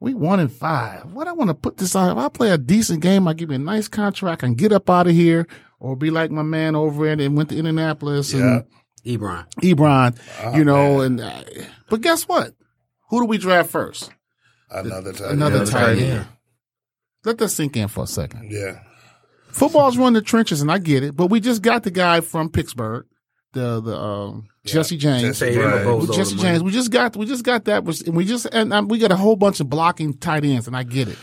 Speaker 4: We one in five. What I want to put this on. If I play a decent game, I give me a nice contract and get up out of here, or be like my man over and went to Indianapolis and
Speaker 5: Ebron.
Speaker 4: Ebron, you know, and uh, but guess what? Who do we draft first?
Speaker 3: another time.
Speaker 4: Another
Speaker 2: tight
Speaker 4: tight end. Let that sink in for a second.
Speaker 3: Yeah.
Speaker 4: Football's run the trenches, and I get it, but we just got the guy from Pittsburgh, the the um, Jesse James.
Speaker 5: Paid him a
Speaker 3: Right.
Speaker 5: boatload
Speaker 4: We-
Speaker 5: of
Speaker 4: Jesse
Speaker 5: money.
Speaker 4: James. We just got we just got that, was- and we just and um, we got a whole bunch of blocking tight ends, and I get it,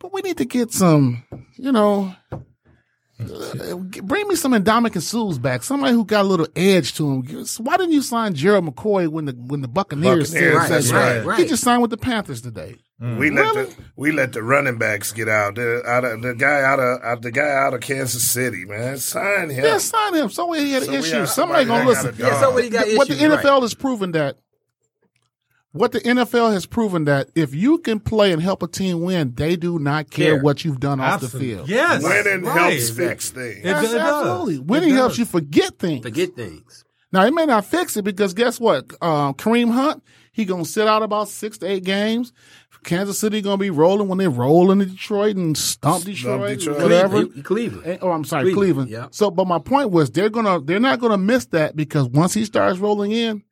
Speaker 4: but we need to get some, you know. uh, Bring me some Indomitian Sues back, somebody who got a little edge to him. Why didn't you sign Gerald McCoy when the when the Buccaneers,
Speaker 3: Buccaneers,
Speaker 4: said-
Speaker 3: that's
Speaker 4: said-
Speaker 5: right, right.
Speaker 4: He just signed with the Panthers today.
Speaker 5: Mm.
Speaker 3: We let the we let the running backs get out. The, out of, the guy out of out- the guy out of Kansas City, man, sign him.
Speaker 4: Yeah, sign him. Somewhere he had an
Speaker 3: So we
Speaker 4: issue.
Speaker 3: got-
Speaker 4: Somebody gonna
Speaker 3: somebody got
Speaker 4: listen.
Speaker 3: a dog. Yeah, somebody
Speaker 5: got
Speaker 4: Th- what the
Speaker 5: issues, Uh, right.
Speaker 4: NFL has proven that. What the NFL has proven that if you can play and help a team win, they do not care
Speaker 5: Care.
Speaker 4: what you've done off
Speaker 2: Absolutely.
Speaker 4: the field.
Speaker 2: Yes.
Speaker 3: Winning
Speaker 2: Right.
Speaker 3: helps fix things.
Speaker 2: It-
Speaker 4: Yes,
Speaker 2: does.
Speaker 4: absolutely.
Speaker 2: It
Speaker 4: Winning
Speaker 2: does.
Speaker 4: helps you forget things.
Speaker 5: Forget things.
Speaker 4: Now it may not fix it because guess what? Uh, Kareem Hunt, he gonna sit out about six to eight games. Kansas City gonna be rolling when they roll into Detroit and stomp Detroit,
Speaker 3: Detroit.
Speaker 4: whatever.
Speaker 5: Cleveland. Cleveland.
Speaker 4: Eh, Oh, I'm sorry, Cleveland.
Speaker 5: Yeah.
Speaker 4: So, but my point was they're gonna they're not gonna miss that because once he starts rolling in,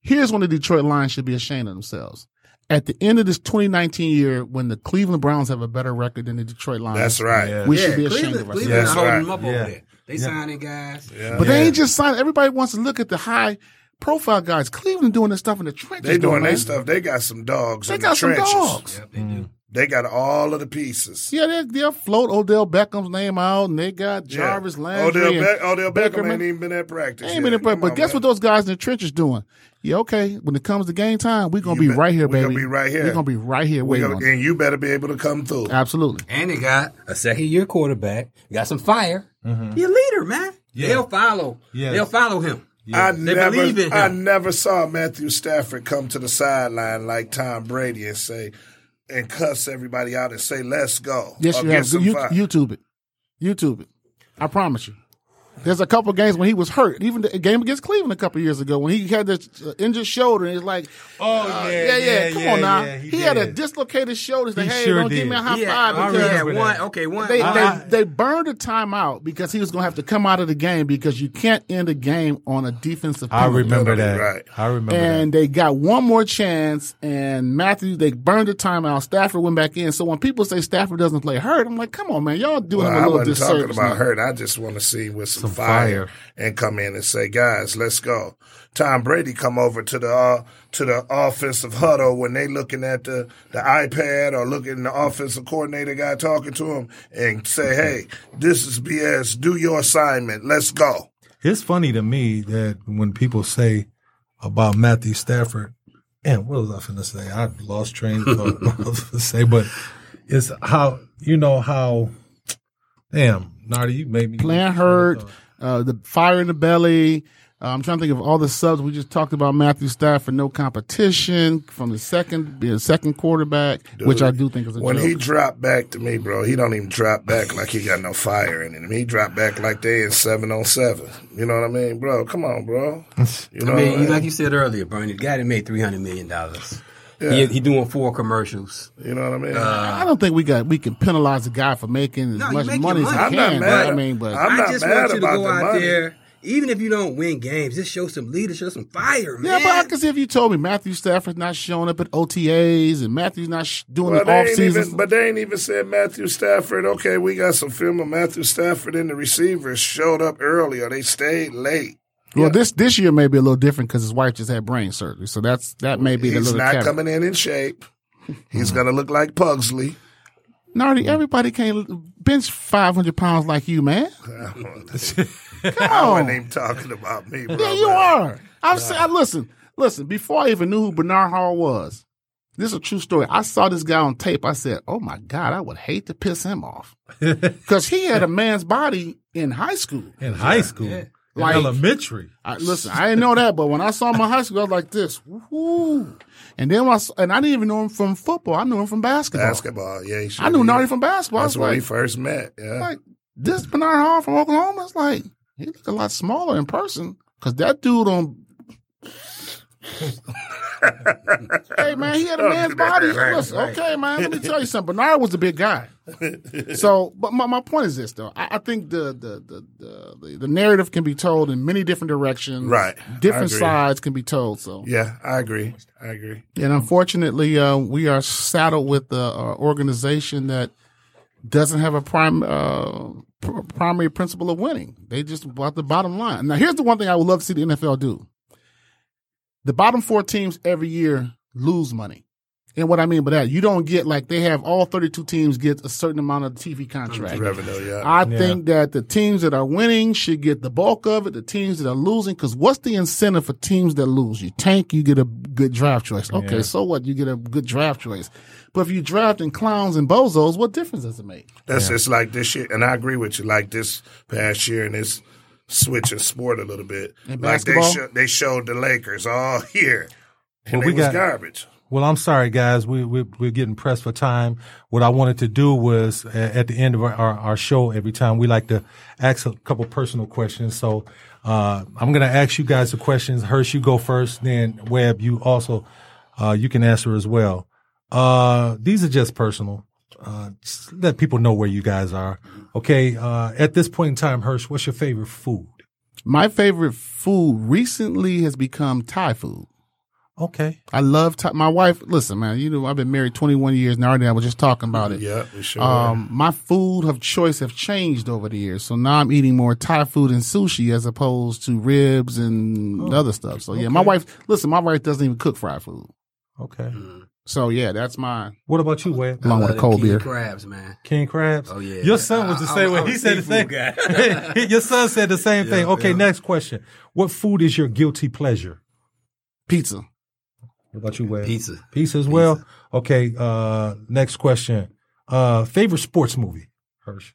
Speaker 4: here's when the Detroit Lions should be ashamed of themselves. At the end of this 2019 year, when the Cleveland Browns have a better record than the Detroit Lions,
Speaker 3: That's right.
Speaker 2: Yeah.
Speaker 4: we
Speaker 5: yeah,
Speaker 4: should be ashamed
Speaker 5: Cleveland.
Speaker 4: of ourselves.
Speaker 5: Cleveland
Speaker 3: That's
Speaker 5: holding
Speaker 3: right.
Speaker 5: them up
Speaker 2: Yeah.
Speaker 5: over there. They signing guys.
Speaker 4: But they ain't just signing. Everybody wants to look at the high profile guys. Cleveland doing this stuff in the trenches.
Speaker 3: They doing
Speaker 4: man.
Speaker 3: their stuff. They got some dogs.
Speaker 4: They
Speaker 3: in
Speaker 4: got
Speaker 3: the
Speaker 4: some
Speaker 3: trenches.
Speaker 4: dogs.
Speaker 5: Yep, they do.
Speaker 3: They got all of the pieces.
Speaker 4: Yeah, they, they'll float Odell Beckham's name out, and they got
Speaker 3: Yeah.
Speaker 4: Jarvis Landry.
Speaker 3: Odell,
Speaker 4: and
Speaker 3: Be- Odell
Speaker 4: Baker
Speaker 3: Beckham ain't
Speaker 4: Man-
Speaker 3: even been at practice.
Speaker 4: They
Speaker 3: yet.
Speaker 4: ain't been in prep,
Speaker 3: Come
Speaker 4: but
Speaker 3: on,
Speaker 4: guess
Speaker 3: man.
Speaker 4: what those guys in the trenches doing? Yeah, okay. When it comes to game time, we're gonna
Speaker 3: You
Speaker 4: be,
Speaker 3: bet-
Speaker 4: right here,
Speaker 3: we gonna
Speaker 4: baby.
Speaker 3: be right here.
Speaker 4: We're gonna be right here
Speaker 3: We
Speaker 4: waiting
Speaker 3: gonna-
Speaker 4: on you.
Speaker 3: and you better be able to come through.
Speaker 4: Absolutely.
Speaker 5: And they got a second year quarterback. Got some fire. Be a leader, man. They'll follow.
Speaker 2: Yes.
Speaker 5: They'll follow him.
Speaker 3: I
Speaker 5: They
Speaker 3: never,
Speaker 5: believe in him.
Speaker 3: I never saw Matthew Stafford come to the sideline like Tom Brady and say, and cuss everybody out and say, "Let's go."
Speaker 4: Yes,
Speaker 3: or
Speaker 4: you
Speaker 3: get
Speaker 4: have.
Speaker 3: some
Speaker 4: You,
Speaker 3: fire.
Speaker 4: YouTube it. YouTube it. I promise you. There's a couple games when he was hurt. Even the game against Cleveland a couple years ago when he had this uh, injured shoulder and it's like,
Speaker 2: Oh,
Speaker 4: uh,
Speaker 2: yeah,
Speaker 4: yeah,
Speaker 2: yeah,
Speaker 4: Come
Speaker 2: yeah,
Speaker 4: on now.
Speaker 2: yeah, he
Speaker 4: he had a
Speaker 2: did.
Speaker 4: dislocated shoulder. He
Speaker 2: He
Speaker 4: hey,
Speaker 2: sure
Speaker 4: don't give
Speaker 2: did.
Speaker 4: me a high
Speaker 5: yeah,
Speaker 4: five because
Speaker 5: yeah,
Speaker 2: with
Speaker 5: one.
Speaker 2: that.
Speaker 5: Okay, one.
Speaker 4: They,
Speaker 5: I-
Speaker 2: I-
Speaker 4: they they burned a timeout because he was going to have to come out of the game because you can't end a game on a defensive.
Speaker 2: I
Speaker 4: penalty.
Speaker 2: remember that.
Speaker 3: Right.
Speaker 2: I remember
Speaker 4: And they got one more chance, and Matthew they burned the timeout. Stafford went back in. So when people say Stafford doesn't play hurt, I'm like, come on, man, y'all doing
Speaker 3: Well,
Speaker 4: him a
Speaker 3: I
Speaker 4: little
Speaker 3: wasn't talking
Speaker 4: disservice.
Speaker 3: about
Speaker 4: man.
Speaker 3: hurt. I just want to see with
Speaker 2: Some
Speaker 3: some, fire,
Speaker 2: fire.
Speaker 3: and come in and say, "Guys, let's go." Tom Brady come over to the uh, to the offensive huddle when they looking at the the iPad or looking at the offensive coordinator guy talking to him and say, "Hey, this is BS. Do your assignment. Let's go."
Speaker 2: that. It's funny to me that when people say about Matthew Stafford, and what was I finna say? I lost train of thought what I was gonna say, but it's how you know how. Damn, Nardi, you made me
Speaker 4: Playing hurt, uh, the fire in the belly. Uh, I'm trying to think of all the subs we just talked about. Matthew Stafford, no competition from the second the second quarterback, which I do think is a
Speaker 3: When
Speaker 4: joke.
Speaker 3: he dropped back to me, bro, he don't even drop back like he got no fire in him. He dropped back like they in seven on seven. You know what I mean, bro? Come on, bro. You know,
Speaker 5: I mean,
Speaker 3: what I
Speaker 5: like
Speaker 3: mean?
Speaker 5: you said earlier, Bernie, the guy that made three hundred million dollars. He, he doing four commercials.
Speaker 3: you know what I mean.
Speaker 4: I don't think we got we can penalize a guy for making as
Speaker 5: No, you
Speaker 4: much
Speaker 5: making
Speaker 4: money as he
Speaker 5: money.
Speaker 4: can.
Speaker 5: I'm not
Speaker 3: mad.
Speaker 4: but I mean, but
Speaker 3: I'm
Speaker 5: I
Speaker 3: not
Speaker 5: just
Speaker 3: mad
Speaker 5: want you to
Speaker 3: about
Speaker 5: go
Speaker 3: the
Speaker 5: out
Speaker 3: money.
Speaker 5: there, even if you don't win games, just show some leadership, some fire,
Speaker 4: yeah,
Speaker 5: man.
Speaker 4: but I can see if you told me Matthew Stafford's not showing up at OTAs and Matthew's not sh- doing
Speaker 3: Well,
Speaker 4: the
Speaker 3: they
Speaker 4: off
Speaker 3: ain't
Speaker 4: season.
Speaker 3: even, but they ain't even said Matthew Stafford. Okay, we got some film of Matthew Stafford and the receivers showed up early or they stayed late.
Speaker 4: well, this this year may be a little different because his wife just had brain surgery, so that's that may be the
Speaker 3: He's
Speaker 4: little.
Speaker 3: not
Speaker 4: caveat.
Speaker 3: coming in in shape. He's gonna look like Pugsley.
Speaker 4: Nardi, everybody can't bench five hundred pounds like you, man. Come
Speaker 3: I wasn't
Speaker 4: on,
Speaker 3: even talking about me, bro.
Speaker 4: yeah, you are. I've said, I, listen, listen. Before I even knew who Bernard Hall was, this is a true story. I saw this guy on tape. I said, "Oh my God, I would hate to piss him off," because he had a man's body in high school.
Speaker 2: in high school, in
Speaker 4: Like-
Speaker 2: elementary.
Speaker 4: I, listen, I didn't know that, but when I saw him in high school, I was like this. Woo! And then when I saw, and I didn't even know him from football. I knew him from basketball.
Speaker 3: Basketball, yeah. he
Speaker 4: I
Speaker 3: sure
Speaker 4: knew
Speaker 3: did.
Speaker 4: Nardi from basketball.
Speaker 3: That's
Speaker 4: I
Speaker 3: where we
Speaker 4: was
Speaker 3: first met. Yeah.
Speaker 4: like, like this Bernard Hall from Oklahoma. It's like he looked a lot smaller in person because that dude on. hey man, he
Speaker 3: Oh,
Speaker 4: had a man's body. Listen, okay, man, let me tell you something. Bernard was a big guy. So, but my, my point is this though. I, I think the the, the the the the narrative can be told in many different directions.
Speaker 3: Right. I
Speaker 4: Different
Speaker 3: agree.
Speaker 4: sides can be told. So,
Speaker 3: yeah, I agree. I agree.
Speaker 4: and unfortunately, uh, we are saddled with an uh, organization that doesn't have a prime uh, pr- primary principle of winning. They just about the bottom line. Now, here's the one thing I would love to see the NFL do: the bottom four teams every year lose money. And what I mean by that, you don't get like they have all 32 teams get a certain amount of TV contract.
Speaker 3: Revenue, yeah.
Speaker 4: I think that the teams that are winning should get the bulk of it. The teams that are losing, because what's the incentive for teams that lose? You tank, you get a good draft choice. Okay, so what? You get a good draft choice. But if you draft in clowns and bozos, what difference does it make?
Speaker 3: That's just like this year, and I agree with you. Like this past year, and this switch in sport a little bit.
Speaker 4: And
Speaker 3: like they
Speaker 4: basketball?
Speaker 3: sho- they showed the Lakers all year, and
Speaker 2: Well,
Speaker 3: it
Speaker 2: we
Speaker 3: was
Speaker 2: got-
Speaker 3: garbage.
Speaker 2: Well, I'm sorry, guys. We, we, we're getting pressed for time. What I wanted to do was a- at the end of our, our, our show, every time we like to ask a couple personal questions. So, uh, I'm going to ask you guys the questions. Hirsch, you go first. Then Webb, you also, uh, you can answer as well. Uh, these are just personal. Uh, just let people know where you guys are. Okay. Uh, at this point in time, Hirsch, what's your favorite food?
Speaker 4: My favorite food recently has become Thai food.
Speaker 2: Okay.
Speaker 4: I love Thai. My wife, listen, man, you know, I've been married 21 years and already I was just talking about it.
Speaker 3: Yeah, we sure. were.
Speaker 4: Um, my food of choice have changed over the years. So now I'm eating more Thai food and sushi as opposed to ribs and other stuff. So yeah, my
Speaker 2: Oh, okay.
Speaker 4: wife, listen, my wife doesn't even cook fried food.
Speaker 2: Okay.
Speaker 4: So yeah, that's uh, mine.
Speaker 2: What about you, Webb?
Speaker 4: Along with
Speaker 5: Love
Speaker 4: a
Speaker 5: the
Speaker 4: cold
Speaker 5: king
Speaker 4: beer.
Speaker 5: Crabs, man.
Speaker 2: King crabs.
Speaker 5: Oh, yeah.
Speaker 2: Your son was the
Speaker 5: I-
Speaker 2: same
Speaker 5: I'm-
Speaker 2: way.
Speaker 5: I'm
Speaker 2: He
Speaker 5: a
Speaker 2: said the same.
Speaker 5: seafood
Speaker 2: Your son said the same thing.
Speaker 5: Yeah,
Speaker 2: Okay,
Speaker 5: yeah.
Speaker 2: next question. What food is your guilty pleasure?
Speaker 4: Pizza.
Speaker 2: What about you, Wes?
Speaker 5: Pizza.
Speaker 2: Pizza as well. Okay. Uh, next question. Uh, favorite sports movie. Hirsch.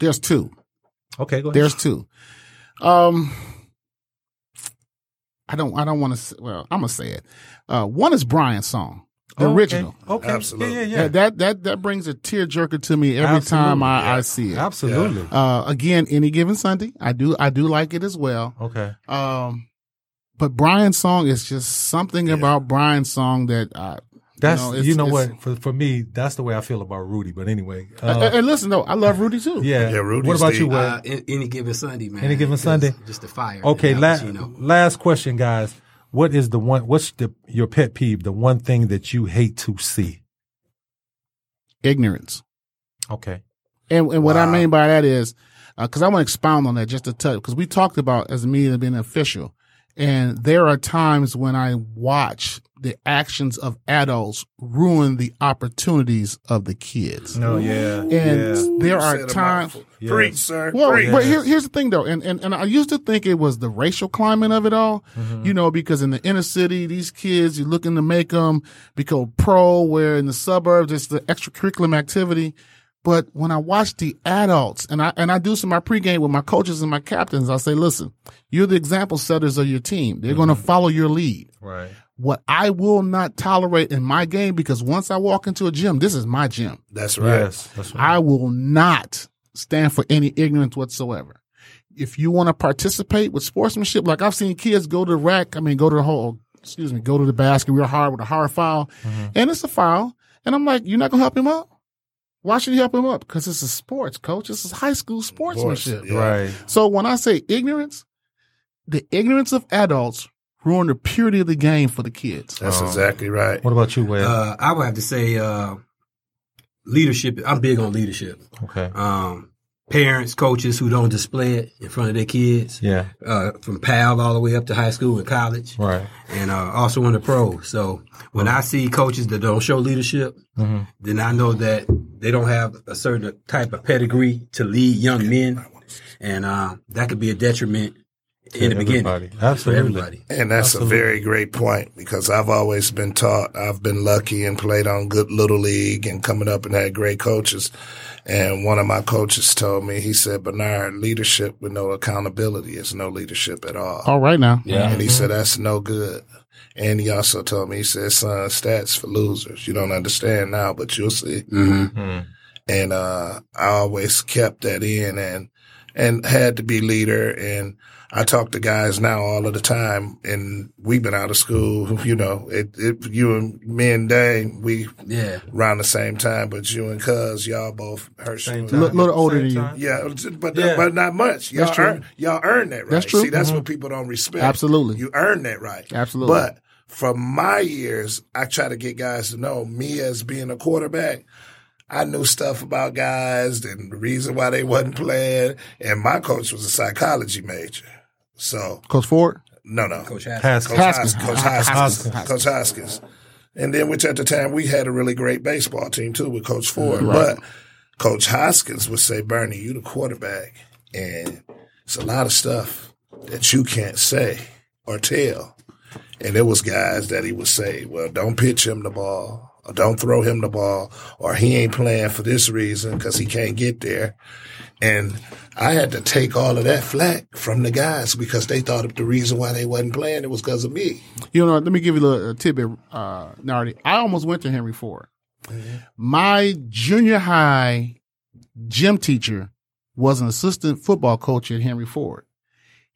Speaker 4: There's two.
Speaker 2: Okay, go ahead.
Speaker 4: There's two. Um, I don't. I don't want to. Well, I'm gonna say it. Uh, one is Brian's song, the
Speaker 2: Oh, okay.
Speaker 4: original.
Speaker 2: Okay.
Speaker 3: Absolutely.
Speaker 2: Yeah, yeah, yeah.
Speaker 4: That, that that that brings a tearjerker to me every time I, I see it.
Speaker 2: Absolutely.
Speaker 4: Uh, again, any given Sunday, I do I do like it as well.
Speaker 2: Okay.
Speaker 4: Um, but Brian's song is just something about Brian's song that I.
Speaker 2: That's you know,
Speaker 4: it's- it's-
Speaker 2: what for for me that's the way I feel about Rudy. But anyway,
Speaker 4: And-
Speaker 2: uh,
Speaker 4: and listen though, I love Rudy too.
Speaker 2: yeah.
Speaker 3: Yeah, Rudy's
Speaker 2: What about
Speaker 3: the-
Speaker 2: you, Wes?
Speaker 5: Uh, a- any given Sunday, man.
Speaker 2: Any Given
Speaker 5: Because
Speaker 2: Sunday.
Speaker 5: Just the fire.
Speaker 2: Okay,
Speaker 5: and
Speaker 2: la-
Speaker 5: Cappuccino.
Speaker 2: last question, guys. What is the one? What's the your pet peeve? The one thing that you hate to see?
Speaker 4: Ignorance.
Speaker 2: Okay.
Speaker 4: And, and what I mean by that is, because I want to expound on that just to touch, because we talked about as a media being official, and there are times when I watch the actions of adults ruin the opportunities of the kids,
Speaker 2: No. Yeah.
Speaker 4: and there
Speaker 3: You
Speaker 4: are
Speaker 3: said a
Speaker 4: times.
Speaker 3: mouthful.
Speaker 2: Yeah.
Speaker 3: Preach, sir.
Speaker 4: Well,
Speaker 3: Preach.
Speaker 4: but here, here's the thing though, and, and and I used to think it was the racial climate of it all, you know, because in the inner city, these kids you're looking to make them become pro, where in the suburbs it's the extracurriculum activity. But when I watch the adults, and I and I do some of my pregame with my coaches and my captains, I say, listen, you're the example setters of your team. They're going to follow your lead
Speaker 2: Right.
Speaker 4: what I will not tolerate in my game because once I walk into a gym, this is my gym.
Speaker 3: That's right.
Speaker 2: Yes. That's right.
Speaker 4: I will not stand for any ignorance whatsoever. If you want to participate with sportsmanship, like I've seen kids go to the rack, I mean, go to the hole, excuse me, go to the basket real hard with a hard foul, and it's a foul. And I'm like, you're not going to help him up? Why should you help him up? Because this is sports, coach. This is high school sportsmanship.
Speaker 3: yeah.
Speaker 2: Right.
Speaker 4: So when I say ignorance, the ignorance of adults ruin the purity of the game for the kids.
Speaker 3: That's exactly right.
Speaker 2: What about you, Wes?
Speaker 5: Uh, I would have to say uh, leadership. I'm big on leadership.
Speaker 2: okay.
Speaker 5: Um, parents, coaches who don't display it in front of their kids.
Speaker 2: Yeah.
Speaker 5: Uh, from PAL all the way up to high school and college,
Speaker 2: Right.
Speaker 5: and uh, also in the pro. So when I see coaches that don't show leadership,
Speaker 2: Mm-hmm.
Speaker 5: then I know that they don't have a certain type of pedigree to lead young men, and uh, that could be a detriment in the
Speaker 2: everybody.
Speaker 5: beginning for
Speaker 2: Absolutely.
Speaker 5: everybody.
Speaker 3: And that's a very great point because I've always been taught. I've been lucky and played on good little league and coming up and had great coaches. And one of my coaches told me, he said, Bernard, leadership with no accountability is no leadership at all.
Speaker 4: All right now.
Speaker 3: And he said, that's no good. And he also told me, he said, son, stats for losers. You don't understand now, but you'll see. And, uh, I always kept that in and, and had to be leader. And I talk to guys now all of the time and we've been out of school, you know, it, it, you and me and Dane, we
Speaker 5: Yeah.
Speaker 3: around the same time, but you and cuz, y'all both hurt.
Speaker 4: A little older than you.
Speaker 3: Yeah, but
Speaker 2: Yeah.
Speaker 3: but not much. Y'all
Speaker 4: That's true.
Speaker 3: earn y'all earn that right.
Speaker 4: That's true. Mm-hmm.
Speaker 3: See, that's what people don't respect.
Speaker 4: Absolutely.
Speaker 3: you earn that right.
Speaker 4: Absolutely.
Speaker 3: But from my years, I try to get guys to know me as being a quarterback. I knew stuff about guys and the reason why they wasn't playing. And my coach was a psychology major. So
Speaker 4: Coach Ford?
Speaker 3: no, no,
Speaker 5: Coach Haskins.
Speaker 2: Pass.
Speaker 3: Coach Haskins.
Speaker 4: Haskins.
Speaker 3: Coach Haskins.
Speaker 4: Haskins.
Speaker 3: Coach Haskins. And then, which at the time we had a really great baseball team too with Coach Ford. But Coach Hoskins would say, Bernie, you the quarterback. And it's a lot of stuff that you can't say or tell. And there was guys that he would say, well, don't pitch him the ball. Or don't throw him the ball, or he ain't playing for this reason because he can't get there. And I had to take all of that flack from the guys because they thought the reason why they wasn't playing it was because of me.
Speaker 4: You know, let me give you a little a tidbit, uh, Nardi. I almost went to Henry Ford. My junior high gym teacher was an assistant football coach at Henry Ford.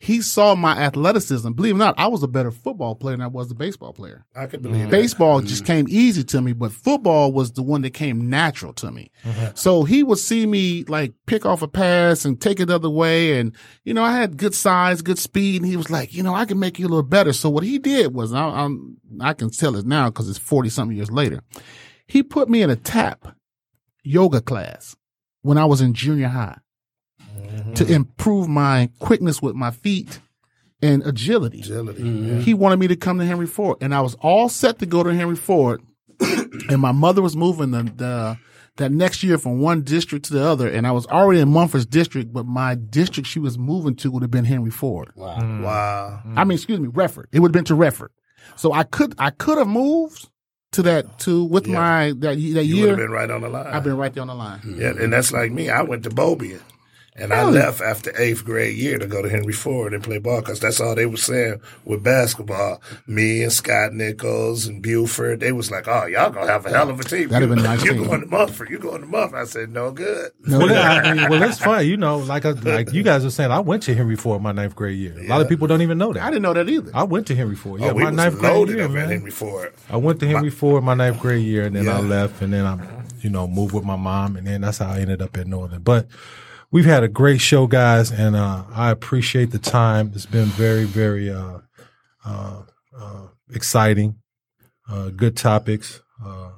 Speaker 4: He saw my athleticism. Believe it or not, I was a better football player than I was a baseball player.
Speaker 3: I could
Speaker 2: Mm.
Speaker 3: believe that.
Speaker 4: Baseball just came easy to me, but football was the one that came natural to me. So he would see me like pick off a pass and take it the other way. And, you know, I had good size, good speed. And he was like, you know, I can make you a little better. So what he did was, I, I'm, I can tell it now because it's 40 something years later. He put me in a tap yoga class when I was in junior high to improve my quickness with my feet and agility.
Speaker 3: Agility.
Speaker 4: He wanted me to come to Henry Ford, and I was all set to go to Henry Ford. and my mother was moving the, the that next year from one district to the other, and I was already in Mumford's district, but my district she was moving to would have been Henry Ford.
Speaker 2: Mm.
Speaker 3: Wow.
Speaker 4: I mean, excuse me, Refford. It would have been to Refford. So I could I could have moved to that to with my that y-
Speaker 3: You
Speaker 4: that
Speaker 3: would
Speaker 4: year.
Speaker 3: have been Hmm. right on the line.
Speaker 4: I've been right there on the line.
Speaker 3: Yeah, and that's like me. I went to Bobian. And I left after eighth grade year to go to Henry Ford and play ball because that's all they were saying with basketball. Me and Scott Nichols and Buford, they was like, "Oh, y'all gonna have a hell of a team.
Speaker 4: That'd have been a
Speaker 3: You-
Speaker 4: nice
Speaker 3: you
Speaker 4: team.
Speaker 3: going to Mumford? You going to Mumford?" I said, "No good."
Speaker 2: Well, I mean, well, it's funny, you know. Like, I, like you guys are saying, I went to Henry Ford my ninth grade year. A lot of people don't even know that.
Speaker 4: I didn't know that either.
Speaker 2: I went to Henry Ford. Yeah,
Speaker 3: Oh, we
Speaker 2: my
Speaker 3: was
Speaker 2: ninth grade
Speaker 3: loaded
Speaker 2: year,
Speaker 3: up at
Speaker 2: man.
Speaker 3: Henry Ford.
Speaker 2: I went to Henry Ford my ninth grade year, and then I
Speaker 3: Yeah.
Speaker 2: left, and then I, you know, moved with my mom, and then that's how I ended up at Northern. But we've had a great show, guys, and uh, I appreciate the time. It's been very, very uh, uh, uh, exciting. Uh, good topics. Uh,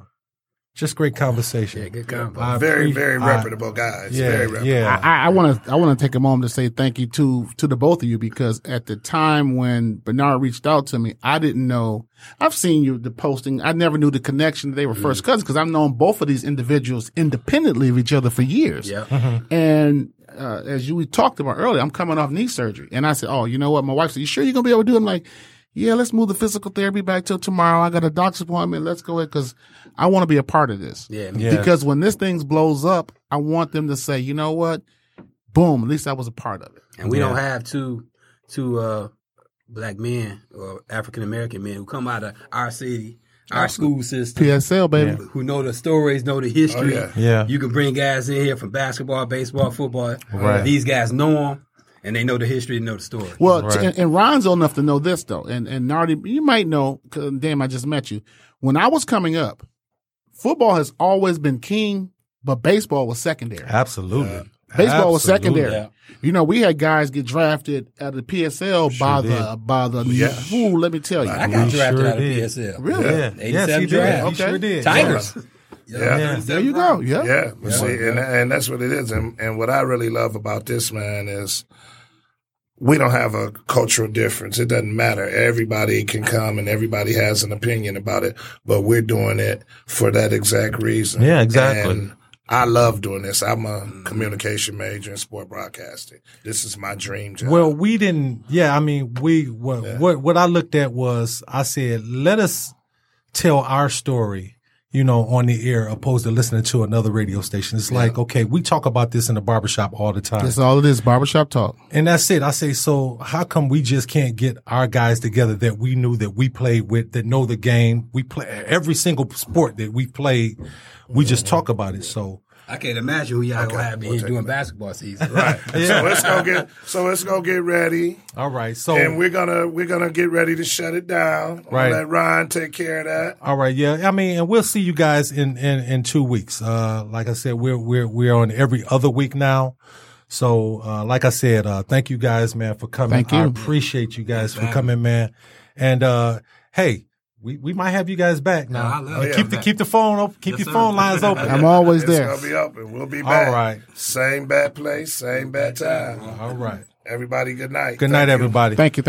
Speaker 2: just great conversation.
Speaker 5: good combo.
Speaker 2: I
Speaker 3: Very,
Speaker 2: appre-
Speaker 3: very
Speaker 2: I-
Speaker 3: reputable guys.
Speaker 2: yeah,
Speaker 3: very reputable.
Speaker 2: yeah.
Speaker 4: I want to I want to take a moment to say thank you to to the both of you because at the time when Bernard reached out to me, I didn't know. I've seen you the posting. I never knew the connection that they were first cousins because I've known both of these individuals independently of each other for years.
Speaker 5: Yeah.
Speaker 2: Mm-hmm.
Speaker 4: And uh, as you we talked about earlier, I'm coming off knee surgery, and I said, "Oh, you know what?" My wife said, "You sure you're gonna be able to do it?" I'm like, "Yeah, let's move the physical therapy back till tomorrow. I got a doctor's appointment. Let's go ahead because I want to be a part of this."
Speaker 5: Yeah.
Speaker 2: Yeah.
Speaker 4: Because when this thing blows up, I want them to say, you know what? Boom, at least I was a part of it.
Speaker 5: And we don't have two two uh, black men or African American men who come out of our city, our school system,
Speaker 4: PSL, baby.
Speaker 5: who know the stories, know the history.
Speaker 3: Oh, yeah.
Speaker 2: Yeah.
Speaker 5: You can bring guys in here from basketball, baseball, football.
Speaker 2: Right.
Speaker 5: These guys know them and they know the history and know the story.
Speaker 4: Well,
Speaker 2: Right.
Speaker 4: and, and Ron's old enough to know this though, and and Nardi, you might know. 'cause damn, I just met you. When I was coming up, football has always been king, but baseball was secondary.
Speaker 2: Absolutely.
Speaker 4: Baseball was
Speaker 2: Absolutely.
Speaker 4: secondary. You know, we had guys get drafted out of the PSL by the by the Ooh, let me tell you.
Speaker 5: I got
Speaker 2: we
Speaker 5: drafted
Speaker 2: sure
Speaker 5: out of
Speaker 2: did.
Speaker 5: PSL.
Speaker 4: Really?
Speaker 2: Yeah. Yes, he
Speaker 5: 87
Speaker 2: did.
Speaker 5: draft.
Speaker 2: He sure
Speaker 4: Okay.
Speaker 2: did.
Speaker 5: Tigers.
Speaker 3: Yeah.
Speaker 4: There you go. Yeah.
Speaker 3: Yeah, but see, and, and that's what it is. And, and what I really love about this man is we don't have a cultural difference. It doesn't matter. Everybody can come and everybody has an opinion about it, but we're doing it for that exact reason.
Speaker 2: Yeah, exactly.
Speaker 3: And I love doing this. I'm a communication major in sport broadcasting. This is my dream job.
Speaker 2: Well, we didn't. Yeah, I mean, we what what what I looked at was I said, let us tell our story, you know, on the air, opposed to listening to another radio station. It's like, okay, we talk about this in the barbershop all the time,
Speaker 4: That's all it is. Barbershop talk.
Speaker 2: and that's it. I say, so how come we just can't get our guys together that we knew that we played with, that know the game? We play every single sport that we played. We just talk about it. So
Speaker 5: I can't imagine who y'all gonna have me here doing basketball season. Right.
Speaker 3: So let's go get so let's go get ready.
Speaker 2: all right, so
Speaker 3: And we're gonna we're gonna get ready to shut it down. I'm gonna
Speaker 2: Oh. Right.
Speaker 3: Let Ron take care of that.
Speaker 2: All right, yeah. I mean, and we'll see you guys in in in two weeks. Uh, like I said, we're we're we're on every other week now. So, uh, like I said, uh, thank you guys, man, for coming.
Speaker 4: Thank you.
Speaker 2: I appreciate you guys for coming, man. And uh, hey, we, we might have you guys back now.
Speaker 5: I love
Speaker 2: Uh,
Speaker 5: it.
Speaker 2: keep the keep the phone open. Keep
Speaker 5: Yes,
Speaker 2: your
Speaker 5: sir.
Speaker 2: phone lines open.
Speaker 4: I'm always
Speaker 3: It's
Speaker 4: there.
Speaker 3: gonna be open. We'll be back.
Speaker 2: right.
Speaker 3: Same bad place, same bad time.
Speaker 2: All right.
Speaker 3: Everybody, good night.
Speaker 2: Good night,
Speaker 3: Thank you.
Speaker 2: everybody.
Speaker 4: Thank you. Thank you.